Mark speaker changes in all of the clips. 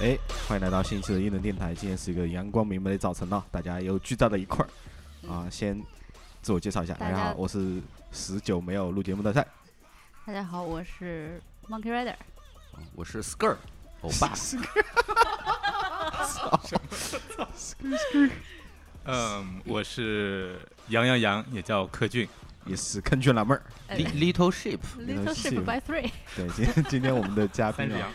Speaker 1: 哎欢迎来到新一期的异能电台。今天是一个阳光明媚的早晨了，啊大家又聚到了一块儿啊。先自我介绍一下，大
Speaker 2: 嗯大
Speaker 1: 家好，
Speaker 2: 家
Speaker 1: 我是十九没有录节目的菜，。
Speaker 2: 大家好，我是 Monkey Rider，
Speaker 3: 我是 Skr，欧 巴
Speaker 1: 是
Speaker 4: 嗯，我是杨洋洋，也叫柯俊。
Speaker 1: 也是坑圈老 妹儿。
Speaker 2: 呃
Speaker 3: Li- Little Sheep，
Speaker 2: Little Ship by Three，
Speaker 1: 对，今天今天我们的嘉宾
Speaker 4: 三只
Speaker 1: 啊
Speaker 4: 羊，，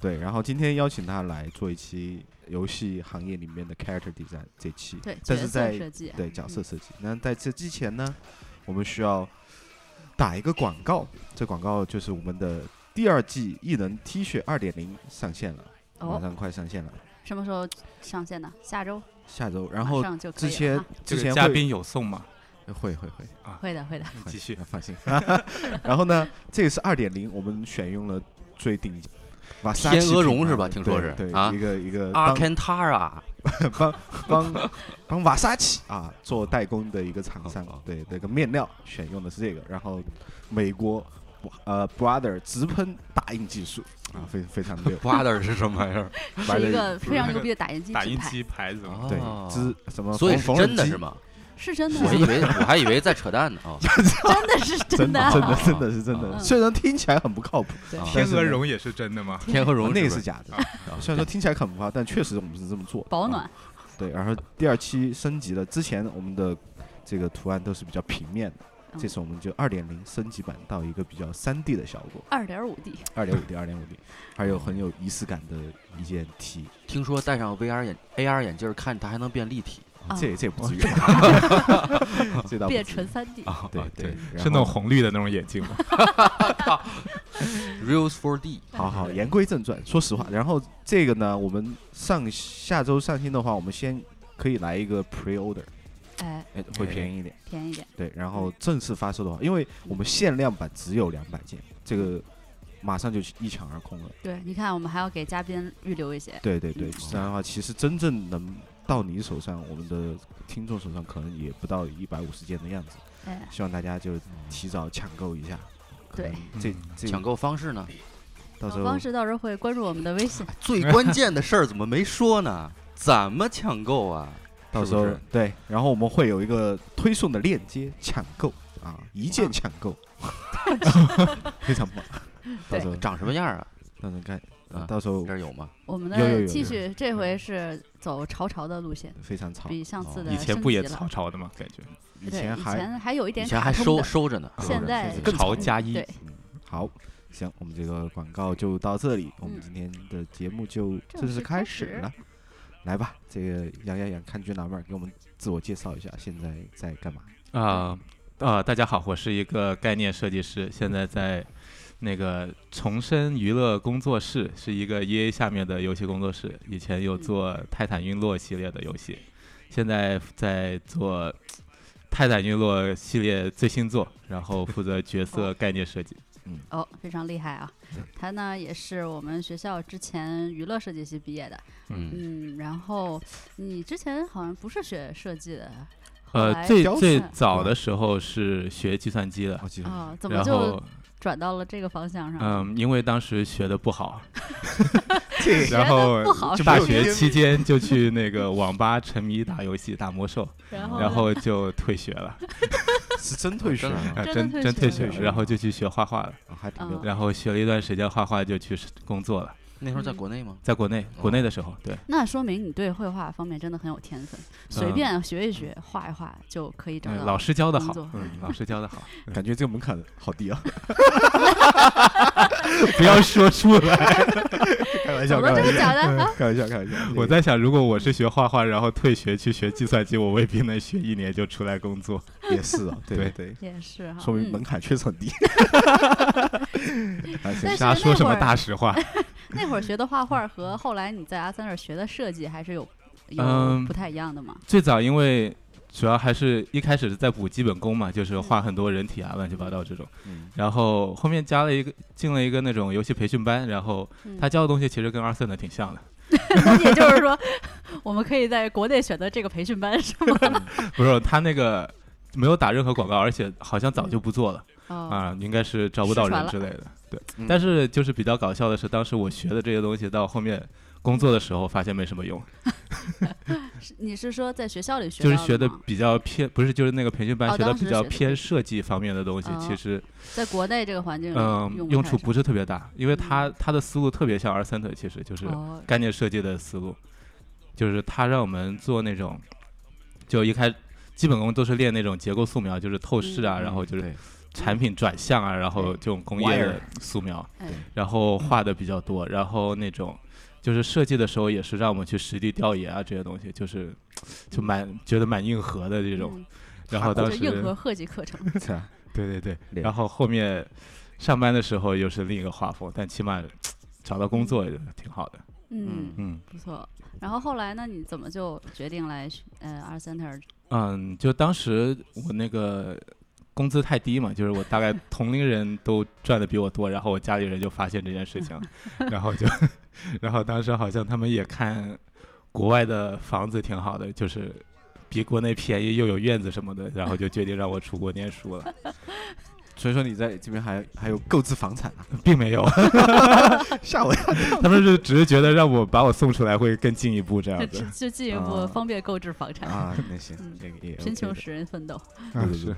Speaker 1: 对，然后今天邀请他来做一期游戏行业里面的 character design 这期，
Speaker 2: 对，
Speaker 1: 但
Speaker 2: 角
Speaker 1: 是
Speaker 2: 色
Speaker 1: 在
Speaker 2: 设计，啊嗯
Speaker 1: 对角色设计。那在这之前呢，我们需要打一个广告，这广告就是我们的第二季异能 T 恤二点零上线了，马
Speaker 2: 哦，
Speaker 1: 上快上线了，
Speaker 2: 什么时候上线呢？下周，
Speaker 1: 下周。然
Speaker 2: 马
Speaker 1: 后
Speaker 2: 上就可
Speaker 1: 之
Speaker 2: 以了
Speaker 1: 前
Speaker 2: 啊
Speaker 4: 这
Speaker 1: 之
Speaker 4: 个
Speaker 1: 前
Speaker 4: 嘉
Speaker 1: 会
Speaker 4: 宾有送吗？
Speaker 1: 会会会
Speaker 2: 会的会
Speaker 3: 嗯
Speaker 2: 的，
Speaker 4: 你
Speaker 1: 会
Speaker 4: 继续。
Speaker 1: 放心。 然后呢，这个是二点零，我们选用了最顶级。瓦萨
Speaker 3: 天
Speaker 1: 奇
Speaker 3: 鹅
Speaker 1: 品
Speaker 3: 绒
Speaker 1: 牌
Speaker 3: 是吧
Speaker 1: 的
Speaker 3: 听说
Speaker 1: 对
Speaker 3: 是
Speaker 1: 对
Speaker 3: 啊
Speaker 1: 一个一个呃当
Speaker 3: Arcantara，
Speaker 1: 帮帮帮瓦萨奇啊做代工的一个厂商
Speaker 3: 好好，，
Speaker 1: 对那个面料选用的是这个，然后美国呃 Brother 直喷打印技术啊，非非 常牛
Speaker 3: Brother 是什么玩意儿？
Speaker 1: 白的
Speaker 2: 是一个非常牛逼的打印机
Speaker 4: 打
Speaker 2: 品
Speaker 4: 印
Speaker 2: 牌，
Speaker 4: 机牌子嘛，
Speaker 1: 对
Speaker 3: 哦
Speaker 1: 织什么缝，
Speaker 3: 所以是
Speaker 1: 缝纫
Speaker 3: 真的
Speaker 1: 机
Speaker 3: 是？吗？
Speaker 2: 是真的，
Speaker 3: 我以为我还以为在扯淡呢啊！
Speaker 2: 真的是
Speaker 1: 真
Speaker 2: 的，
Speaker 1: 真的
Speaker 3: 啊
Speaker 1: 真的是真的，
Speaker 2: 嗯
Speaker 1: 虽然听起来很不靠谱，啊
Speaker 2: 对
Speaker 3: 啊
Speaker 4: 天鹅绒也是真的吗？
Speaker 3: 天鹅绒
Speaker 1: 那个
Speaker 3: 不啊
Speaker 1: 是假
Speaker 4: 啊
Speaker 1: 的。虽然说听起来很不靠谱，但确实我们是这么做的。
Speaker 2: 保
Speaker 1: 啊
Speaker 2: 暖，
Speaker 1: 对，然后第二期升级了，之前我们的这个图案都是比较平面的，
Speaker 2: 嗯
Speaker 1: 这次我们就二点零升级版到一个比较三 D 的效果。
Speaker 2: 二点五 D，
Speaker 1: 二点五 D，二点五 D，还有很有仪式感的一件 T，
Speaker 3: 听说戴上 VR 眼 AR 眼镜儿看它还能变立体
Speaker 1: 哦
Speaker 2: 啊
Speaker 1: 这这也不至于， 这倒不
Speaker 2: 变
Speaker 1: 至于
Speaker 2: 成三 D，
Speaker 3: 啊
Speaker 1: 对对，然
Speaker 4: 是那
Speaker 1: 后
Speaker 4: 种红绿的那种眼镜吗？
Speaker 3: ，Reels 4D
Speaker 1: 好好，言归正传，说实话，然后这个呢，我们上下周上新的话，我们先可以来一个 pre order，
Speaker 2: 哎，
Speaker 1: 哎，会便宜一点。
Speaker 2: 便宜一点，
Speaker 1: 对，然后正式发售的话，因为我们限量版只有两百件，这个马上就一抢而空了。
Speaker 2: 对，你看我们还要给嘉宾预留一些，
Speaker 1: 对对对
Speaker 3: 哦
Speaker 2: 嗯，
Speaker 1: 这样的话，其实真正能到你手上，我们的听众手上可能也不到一百五十件的样子。
Speaker 2: 哎，
Speaker 1: 希望大家就提早抢购一下。可能这
Speaker 4: 对
Speaker 1: 这
Speaker 3: 嗯抢购方式呢？ 哎
Speaker 1: 到时候
Speaker 2: 方式到时候会关注我们的微信，
Speaker 3: 最关键的事儿怎么没说呢？怎么抢购啊？
Speaker 1: 到时候
Speaker 3: 是不是
Speaker 1: 对，然后我们会有一个推送的链接抢购啊，一键抢 购，非常棒。到时候
Speaker 3: 长什么样啊？
Speaker 1: 到时候看，
Speaker 3: 啊
Speaker 1: 到时候
Speaker 3: 这儿有吗？
Speaker 2: 我们
Speaker 1: 有有有
Speaker 2: 的 T
Speaker 1: 有
Speaker 2: 恤这回是走潮潮的路线，
Speaker 1: 非常吵。
Speaker 2: 比上次
Speaker 1: 哦
Speaker 2: 的
Speaker 4: 以前
Speaker 2: 升
Speaker 4: 不也
Speaker 2: 级了
Speaker 4: 潮潮的吗？感觉
Speaker 1: 以
Speaker 2: 对
Speaker 1: 前
Speaker 2: 以
Speaker 1: 还
Speaker 2: 前还有一点
Speaker 3: 以前
Speaker 2: 卡
Speaker 3: 还
Speaker 2: 通
Speaker 3: 收
Speaker 2: 的
Speaker 3: 收着呢，
Speaker 2: 现在
Speaker 1: 更
Speaker 4: 潮加一
Speaker 2: 对，
Speaker 1: 嗯好。行，我们这个广告就到这里，我们
Speaker 2: 嗯
Speaker 1: 今天的节目就
Speaker 2: 正
Speaker 1: 正
Speaker 2: 式
Speaker 1: 式
Speaker 2: 开
Speaker 1: 开始
Speaker 2: 始
Speaker 1: 了。来吧，这个杨洋洋看军老妹儿给我们自我介绍一下，现在在干嘛？
Speaker 4: 啊啊！大家好，我是一个概念设计师，现在在那个重生娱乐工作室，是一个 EA 下面的游戏工作室。以前有做《泰坦陨落》系列的游戏，现在在做《泰坦陨落》系列最新作，然后负责角色概念设计。
Speaker 2: 哦，非常厉害啊！他呢也是我们学校之前娱乐设计系毕业的，
Speaker 3: 嗯，
Speaker 2: 嗯，然后你之前好像不是学设计的，后
Speaker 4: 呃，
Speaker 2: 来
Speaker 4: 最
Speaker 1: 雕
Speaker 4: 最
Speaker 2: 塑
Speaker 4: 早的时候是学计算机的，
Speaker 1: 哦，记
Speaker 2: 哦，怎么
Speaker 4: 然
Speaker 2: 就
Speaker 4: 后
Speaker 2: 转到了这个方向上了？
Speaker 4: 嗯，因为当时学的不好，
Speaker 1: 这
Speaker 2: 学
Speaker 4: 然
Speaker 2: 得
Speaker 4: 后
Speaker 2: 不好是
Speaker 4: 大
Speaker 2: 不是
Speaker 4: 学期间就去那个网吧沉迷打游戏、打魔兽，
Speaker 2: 然后
Speaker 4: 然
Speaker 2: 呢
Speaker 4: 后就退学了，
Speaker 1: 是真
Speaker 3: 哦
Speaker 1: 退学了，
Speaker 4: 啊，
Speaker 2: 真的
Speaker 4: 真
Speaker 2: 退
Speaker 4: 真退
Speaker 2: 学
Speaker 1: 了
Speaker 4: 学了，然后就去学画画了，
Speaker 1: 啊还挺牛
Speaker 2: 嗯。
Speaker 4: 然后学了一段时间画画，就去工作了，
Speaker 3: 那时候在国内吗？
Speaker 4: 在国内，
Speaker 2: 哦
Speaker 4: 国内的时候，对，
Speaker 2: 那说明你对绘画方面真的很有天分，随
Speaker 4: 嗯
Speaker 2: 便学一学、画一画就可以找
Speaker 4: 嗯
Speaker 2: 到。
Speaker 4: 老师教的好
Speaker 2: 工作，
Speaker 4: 嗯，老师教的好，
Speaker 1: 感觉这个门槛好低啊！
Speaker 4: 不要说出来。
Speaker 1: 开玩
Speaker 2: 怎
Speaker 1: 笑，
Speaker 2: 么
Speaker 1: 开玩
Speaker 2: 这么
Speaker 1: 笑，
Speaker 2: 假的？ 啊
Speaker 1: 开玩笑，开玩 笑。
Speaker 4: 我在想，如果我是学画画，然后退学去学计算机，我未必能学一年就出来工作。
Speaker 1: 也是 啊，对
Speaker 4: 对
Speaker 1: 对，
Speaker 2: 也是哈，
Speaker 1: 说明
Speaker 2: 嗯
Speaker 1: 门槛确实很 低。还行
Speaker 2: 但是
Speaker 4: 瞎说什
Speaker 2: 那
Speaker 4: 么
Speaker 2: 会儿
Speaker 4: 大实话？
Speaker 2: 那会儿学的画画和后来你在阿三那儿学的设计还是有有
Speaker 4: 嗯
Speaker 2: 不太一样的嘛？
Speaker 4: 最早因为主要还是一开始是在补基本功嘛，就是
Speaker 2: 嗯
Speaker 4: 画很多人体啊、乱七八糟这种。
Speaker 1: 嗯
Speaker 4: 然后后面加了一个进了一个那种游戏培训班，然后
Speaker 2: 嗯
Speaker 4: 他教的东西其实跟二森的挺 像的。
Speaker 2: 那也就是说，我们可以在国内选择这个培训班是吗？
Speaker 4: 不是他那个没有打任何广告，而且好像早就不做了、
Speaker 2: 哦，
Speaker 4: 啊，应该是招不到
Speaker 2: 失传
Speaker 4: 人
Speaker 2: 了
Speaker 4: 之类的。对，
Speaker 1: 嗯
Speaker 4: 但是就是比较搞笑的是，当时我学的这些东西到后面工作的时候发现没什么用，
Speaker 2: 是你是说在学校里学
Speaker 4: 就是
Speaker 2: 到
Speaker 4: 学的
Speaker 2: 吗
Speaker 4: 比较偏，不是就是那个培训班
Speaker 2: 哦
Speaker 4: 学的
Speaker 2: 当时
Speaker 4: 比较
Speaker 2: 学的
Speaker 4: 偏设计方面的东西，
Speaker 2: 哦
Speaker 4: 其实
Speaker 2: 在国内这个环境里
Speaker 4: 嗯
Speaker 2: 呃用
Speaker 4: 用
Speaker 2: 太
Speaker 4: 处
Speaker 2: 上
Speaker 4: 不是特别大，因为它
Speaker 2: 嗯
Speaker 4: 它的思路特别像 R Center，其实就是
Speaker 2: 哦，
Speaker 4: 概念设计的思路，就是他让我们做那种，就一开基本功都是练那种结构素描，就是透视啊，
Speaker 2: 嗯
Speaker 4: 然后就是
Speaker 1: 对
Speaker 4: 产品转向啊，然后
Speaker 2: 对
Speaker 4: 这种工业的素描，
Speaker 2: 哎
Speaker 1: 对
Speaker 4: 然后画的比较多，然后那种就是设计的时候也是让我们去实地调研啊这些东西，就是就蛮觉得蛮硬核的这种，
Speaker 2: 嗯
Speaker 4: 然后
Speaker 2: 这
Speaker 4: 当
Speaker 2: 就
Speaker 4: 时
Speaker 2: 硬核贺级课程，
Speaker 1: 是啊，
Speaker 4: 对对对，
Speaker 1: 练
Speaker 4: 然后后面上班的时候又是另一个画风，但起码找到工作也挺好的，
Speaker 2: 嗯，
Speaker 4: 嗯。
Speaker 2: 不错。然后后来呢，你怎么就决定来学呃 R Center？
Speaker 4: 嗯，就当时我那个工资太低嘛，就是我大概同龄人都赚的比我多，然后我家里人就发现这件事 情，然后就，然后当时好像他们也看国外的房子挺好的，就是比国内便宜又有院子什么的，然后就决定让我出国念书了，
Speaker 1: 所以说你在这边还还有购置房产啊，
Speaker 4: 并没 有，
Speaker 1: 吓我一跳！
Speaker 4: 他们是只是觉得让我把我送出来会更进一步这样
Speaker 2: 就
Speaker 4: 子
Speaker 2: 就就进一步
Speaker 1: 啊
Speaker 2: 方便购置房产，
Speaker 1: 啊，那行，那个也
Speaker 2: 哎嗯贫
Speaker 1: OK
Speaker 2: 穷
Speaker 1: 的
Speaker 2: 使人奋斗。
Speaker 4: 啊
Speaker 1: 对对对，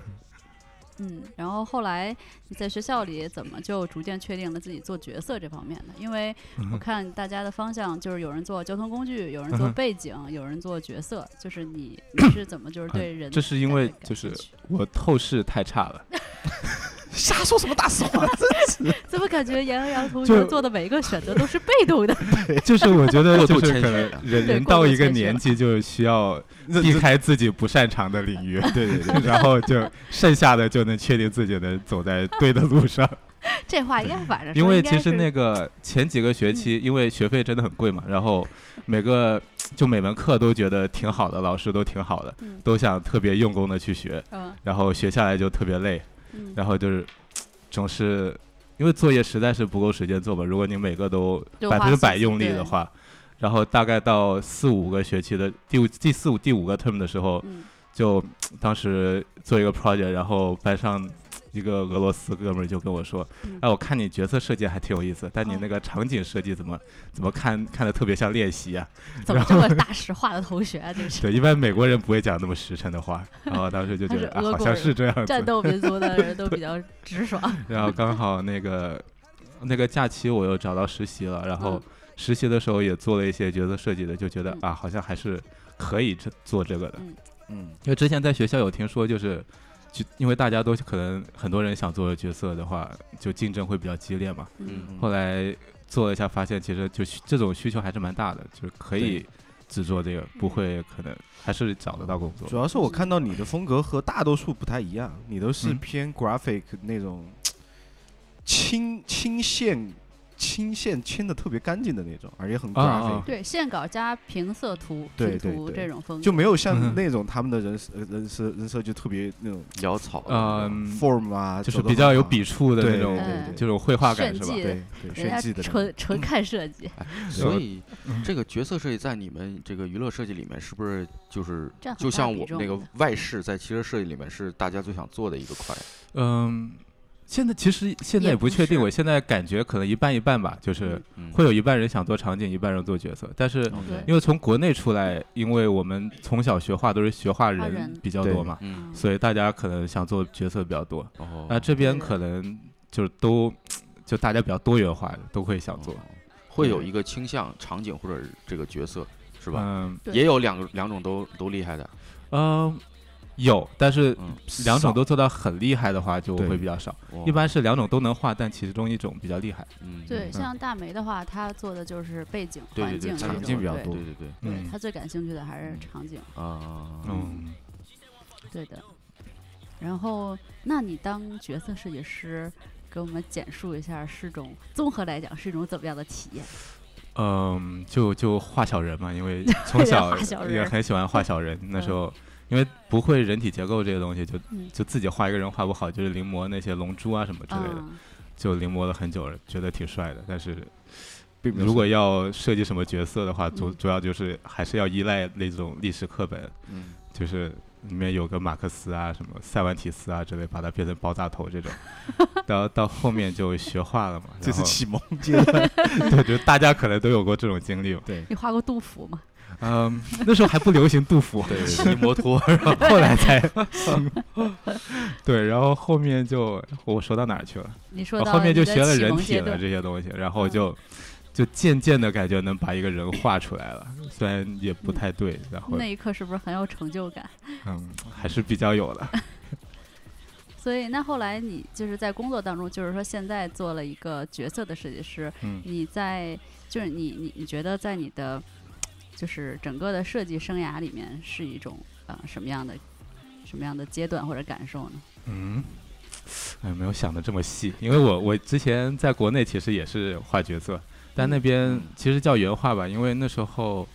Speaker 2: 嗯，然后后来你在学校里怎么就逐渐确定了自己做角色这方面的？因为我看大家的方向就是有人做交通工具，有人做
Speaker 4: 嗯嗯哼
Speaker 2: 背景，有人做角色，就是 你你是怎么就是对人
Speaker 4: 哎这是因为
Speaker 2: 感
Speaker 4: 就是
Speaker 2: 感兴趣
Speaker 4: 我透视太差 了。
Speaker 1: 瞎说什么大实话，真是
Speaker 2: 怎么感觉杨洋同
Speaker 4: 就
Speaker 2: 学做的每一个选择都是被动的？
Speaker 4: 就是我觉得
Speaker 3: 过
Speaker 4: 就
Speaker 3: 度
Speaker 4: 是
Speaker 3: 谦
Speaker 4: 可
Speaker 3: 虚
Speaker 4: 能
Speaker 3: 了
Speaker 4: 人
Speaker 2: 对
Speaker 4: 人
Speaker 2: 过度
Speaker 4: 到一个
Speaker 2: 谦虚
Speaker 4: 年
Speaker 2: 了
Speaker 4: 纪就需要
Speaker 1: 认
Speaker 4: 避
Speaker 1: 真，
Speaker 4: 开自己不擅长的领 域
Speaker 1: 对对对，
Speaker 4: 然后就剩下的就能确定自己能走在对的 路上。
Speaker 2: 这话应该反着说，
Speaker 4: 因为
Speaker 2: 应该
Speaker 4: 其实
Speaker 2: 是嗯
Speaker 4: 那个前几个学期，因为学费真的很贵嘛，然后每个就每门课都觉得挺好的，老师都挺好的
Speaker 2: 嗯，
Speaker 4: 都想特别用功的去学，
Speaker 2: 嗯
Speaker 4: 然后学下来就特别累，
Speaker 2: 嗯，
Speaker 4: 然后就是总是因为作业实在是不够时间做吧，如果你每个都
Speaker 2: 就
Speaker 4: 百
Speaker 2: 花
Speaker 4: 分之
Speaker 2: 心
Speaker 4: 百
Speaker 2: 思
Speaker 4: 用力
Speaker 2: 对
Speaker 4: 的话，然后大概到四五个学期的第五第四五第五个 term 的时候，
Speaker 2: 嗯
Speaker 4: 就当时做一个 project，然后班上一个俄罗斯哥们儿就跟我说
Speaker 2: 嗯：“
Speaker 4: 哎，我看你角色设计还挺有意思，但你那个场景设计怎么怎么看看的特别像练习啊
Speaker 2: 怎么这么大实话的同学啊？这？”是
Speaker 4: 对，一般美国人不会讲那么实诚的话，然后当时就觉得
Speaker 2: 他
Speaker 4: 啊
Speaker 2: 是俄
Speaker 4: 好
Speaker 2: 国
Speaker 4: 像
Speaker 2: 人
Speaker 4: 是这样子
Speaker 2: 战。斗民族的人都比较直爽，
Speaker 4: 然后刚好那个那个假期我又找到实习了，然后
Speaker 2: 嗯
Speaker 4: 实习的时候也做了一些角色设计的，就觉得
Speaker 2: 嗯
Speaker 4: 啊，好像还是可以这做这个的。
Speaker 1: 嗯，
Speaker 4: 因为之前在学校有听说，就是就因为大家都可能很多人想做角色的话，就竞争会比较激烈嘛。
Speaker 2: 嗯
Speaker 1: 嗯
Speaker 4: 后来做了一下，发现其实就需这种需求还是蛮大的，就是可以只做这个，不会可能还是找得到工作
Speaker 1: 主。要是我看到你的风格和大多数不太一样，你都是
Speaker 4: 嗯
Speaker 1: 偏 graphic 那种清清线、清线清的特别干净的那种，而且很
Speaker 4: 啊啊
Speaker 1: graphic，
Speaker 2: 对，线稿加平色图、
Speaker 1: 对
Speaker 2: 拼
Speaker 1: 对
Speaker 2: 图
Speaker 1: 对
Speaker 2: 这种风格
Speaker 1: 就没有像
Speaker 4: 嗯
Speaker 1: 那种他们的人设呃人设人设就特别那种
Speaker 3: 潦草的那种，
Speaker 4: 嗯，
Speaker 1: form 啊，
Speaker 4: 就是
Speaker 1: 走得
Speaker 4: 比较
Speaker 1: 很
Speaker 4: 有
Speaker 1: 好
Speaker 4: 笔触的
Speaker 1: 对
Speaker 4: 那种
Speaker 1: 对对
Speaker 2: 嗯
Speaker 4: 这种绘画
Speaker 2: 炫
Speaker 4: 感是吧
Speaker 2: 技？
Speaker 1: 对对
Speaker 2: 人
Speaker 1: 炫
Speaker 2: 家
Speaker 1: 技的那种
Speaker 2: 纯纯看设计，
Speaker 3: 哎，所以
Speaker 4: 嗯
Speaker 3: 这个角色设计在你们这个娱乐设计里面是不是就是
Speaker 2: 这样很
Speaker 3: 就
Speaker 2: 大
Speaker 3: 像
Speaker 2: 比
Speaker 3: 我们那
Speaker 2: 重
Speaker 3: 个
Speaker 2: 的
Speaker 3: 外饰在其实设计里面是大家最想做的一个块？
Speaker 4: 嗯，现在其实现在
Speaker 2: 也
Speaker 4: 也
Speaker 2: 不
Speaker 4: 不确定，
Speaker 2: 是
Speaker 4: 我现在感觉可能一半一半吧，就是
Speaker 2: 嗯
Speaker 3: 嗯，
Speaker 4: 会有一半人想做场景，一半人做角色。但是
Speaker 2: 对
Speaker 4: 因为从国内出来，因为我们从小学画都是学画
Speaker 2: 画
Speaker 4: 人
Speaker 2: 人
Speaker 4: 比较
Speaker 1: 对
Speaker 4: 多嘛，
Speaker 3: 嗯，
Speaker 4: 所以大家可能想做角色比较多。
Speaker 2: 嗯
Speaker 3: 哦，
Speaker 4: 那这边
Speaker 2: 对
Speaker 4: 可能就是都就大家比较多元化，都会想做
Speaker 3: 哦，会有
Speaker 4: 对
Speaker 3: 一个倾向场景或者这个角色是吧？
Speaker 4: 嗯
Speaker 2: 对
Speaker 3: 也有两个两种都都厉害的，
Speaker 4: 嗯，有，但是
Speaker 3: 嗯，
Speaker 4: 两种
Speaker 1: 少
Speaker 4: 都做到很厉害的话，就
Speaker 1: 对
Speaker 4: 会比较少。
Speaker 3: 哦
Speaker 4: 一般是两种都能画，但其中一种比较厉害。
Speaker 3: 嗯，
Speaker 2: 对，
Speaker 4: 嗯
Speaker 2: 像大梅的话，她做的就是背景、
Speaker 3: 对
Speaker 2: 环
Speaker 3: 对对
Speaker 2: 境这
Speaker 1: 场
Speaker 2: 种
Speaker 1: 景比较
Speaker 2: 对
Speaker 1: 多
Speaker 3: 对对对
Speaker 2: 对
Speaker 4: 嗯
Speaker 2: 她最感兴趣的还是
Speaker 3: 嗯
Speaker 2: 场景，
Speaker 3: 啊，
Speaker 4: 嗯。
Speaker 2: 对的。然后，那你当角色设计师，给我们简述一下是种综合来讲是一种怎么样的体验？
Speaker 4: 嗯，就就画小人嘛，因为从
Speaker 2: 画
Speaker 4: 小
Speaker 2: 小
Speaker 4: 也
Speaker 2: 人
Speaker 4: 很喜欢画小 人。那时候因为不会人体结构这些东西，就
Speaker 2: 嗯
Speaker 4: 就自己画一个人画不好，就是临摹那些龙珠啊什么之类的，
Speaker 2: 嗯，
Speaker 4: 就临摹了很久了，觉得挺帅的。但是
Speaker 1: 并没有
Speaker 4: 如果
Speaker 1: 什
Speaker 4: 要设计什么角色的话，主
Speaker 2: 嗯
Speaker 4: 主要就是还是要依赖那种历史课本，
Speaker 1: 么嗯
Speaker 4: 就是里面有个马克思啊、什么塞万提斯啊之类，把它变成爆炸头这 种，到到后面就学化 了嘛。
Speaker 1: 这
Speaker 4: 然
Speaker 1: 是
Speaker 4: 后
Speaker 1: 启蒙阶段。
Speaker 4: 对，就大家可能都有过这种经历嘛。
Speaker 1: 对，
Speaker 2: 你画过杜甫吗？
Speaker 4: 嗯，那时候还不流行杜甫，
Speaker 3: 对，骑摩托，
Speaker 4: 后来才行。对，然后后面就我说到哪儿去了？
Speaker 2: 你说
Speaker 4: 我
Speaker 2: 到
Speaker 4: 啊后面
Speaker 2: 你
Speaker 4: 就
Speaker 2: 的
Speaker 4: 学了
Speaker 2: 启
Speaker 4: 人
Speaker 2: 蒙
Speaker 4: 体
Speaker 2: 阶
Speaker 4: 了
Speaker 2: 段，
Speaker 4: 这些东西，然后
Speaker 2: 嗯
Speaker 4: 就、就渐渐的感觉能把一个人画出来了，虽然也不
Speaker 2: 嗯
Speaker 4: 太对，然后
Speaker 2: 那一刻是不是很有成就感？
Speaker 4: 嗯还是比较有的。
Speaker 2: 所以那后来你就是在工作当中，就是说现在做了一个角色的设计师，
Speaker 4: 嗯
Speaker 2: 你在就是你你你觉得在你的就是整个的设计生涯里面是一种呃什么样的什么样的阶段或者感受呢？
Speaker 4: 嗯，哎，没有想的这么细，因为我我之前在国内其实也是画角色，但那边其实叫原画吧，因为那时候，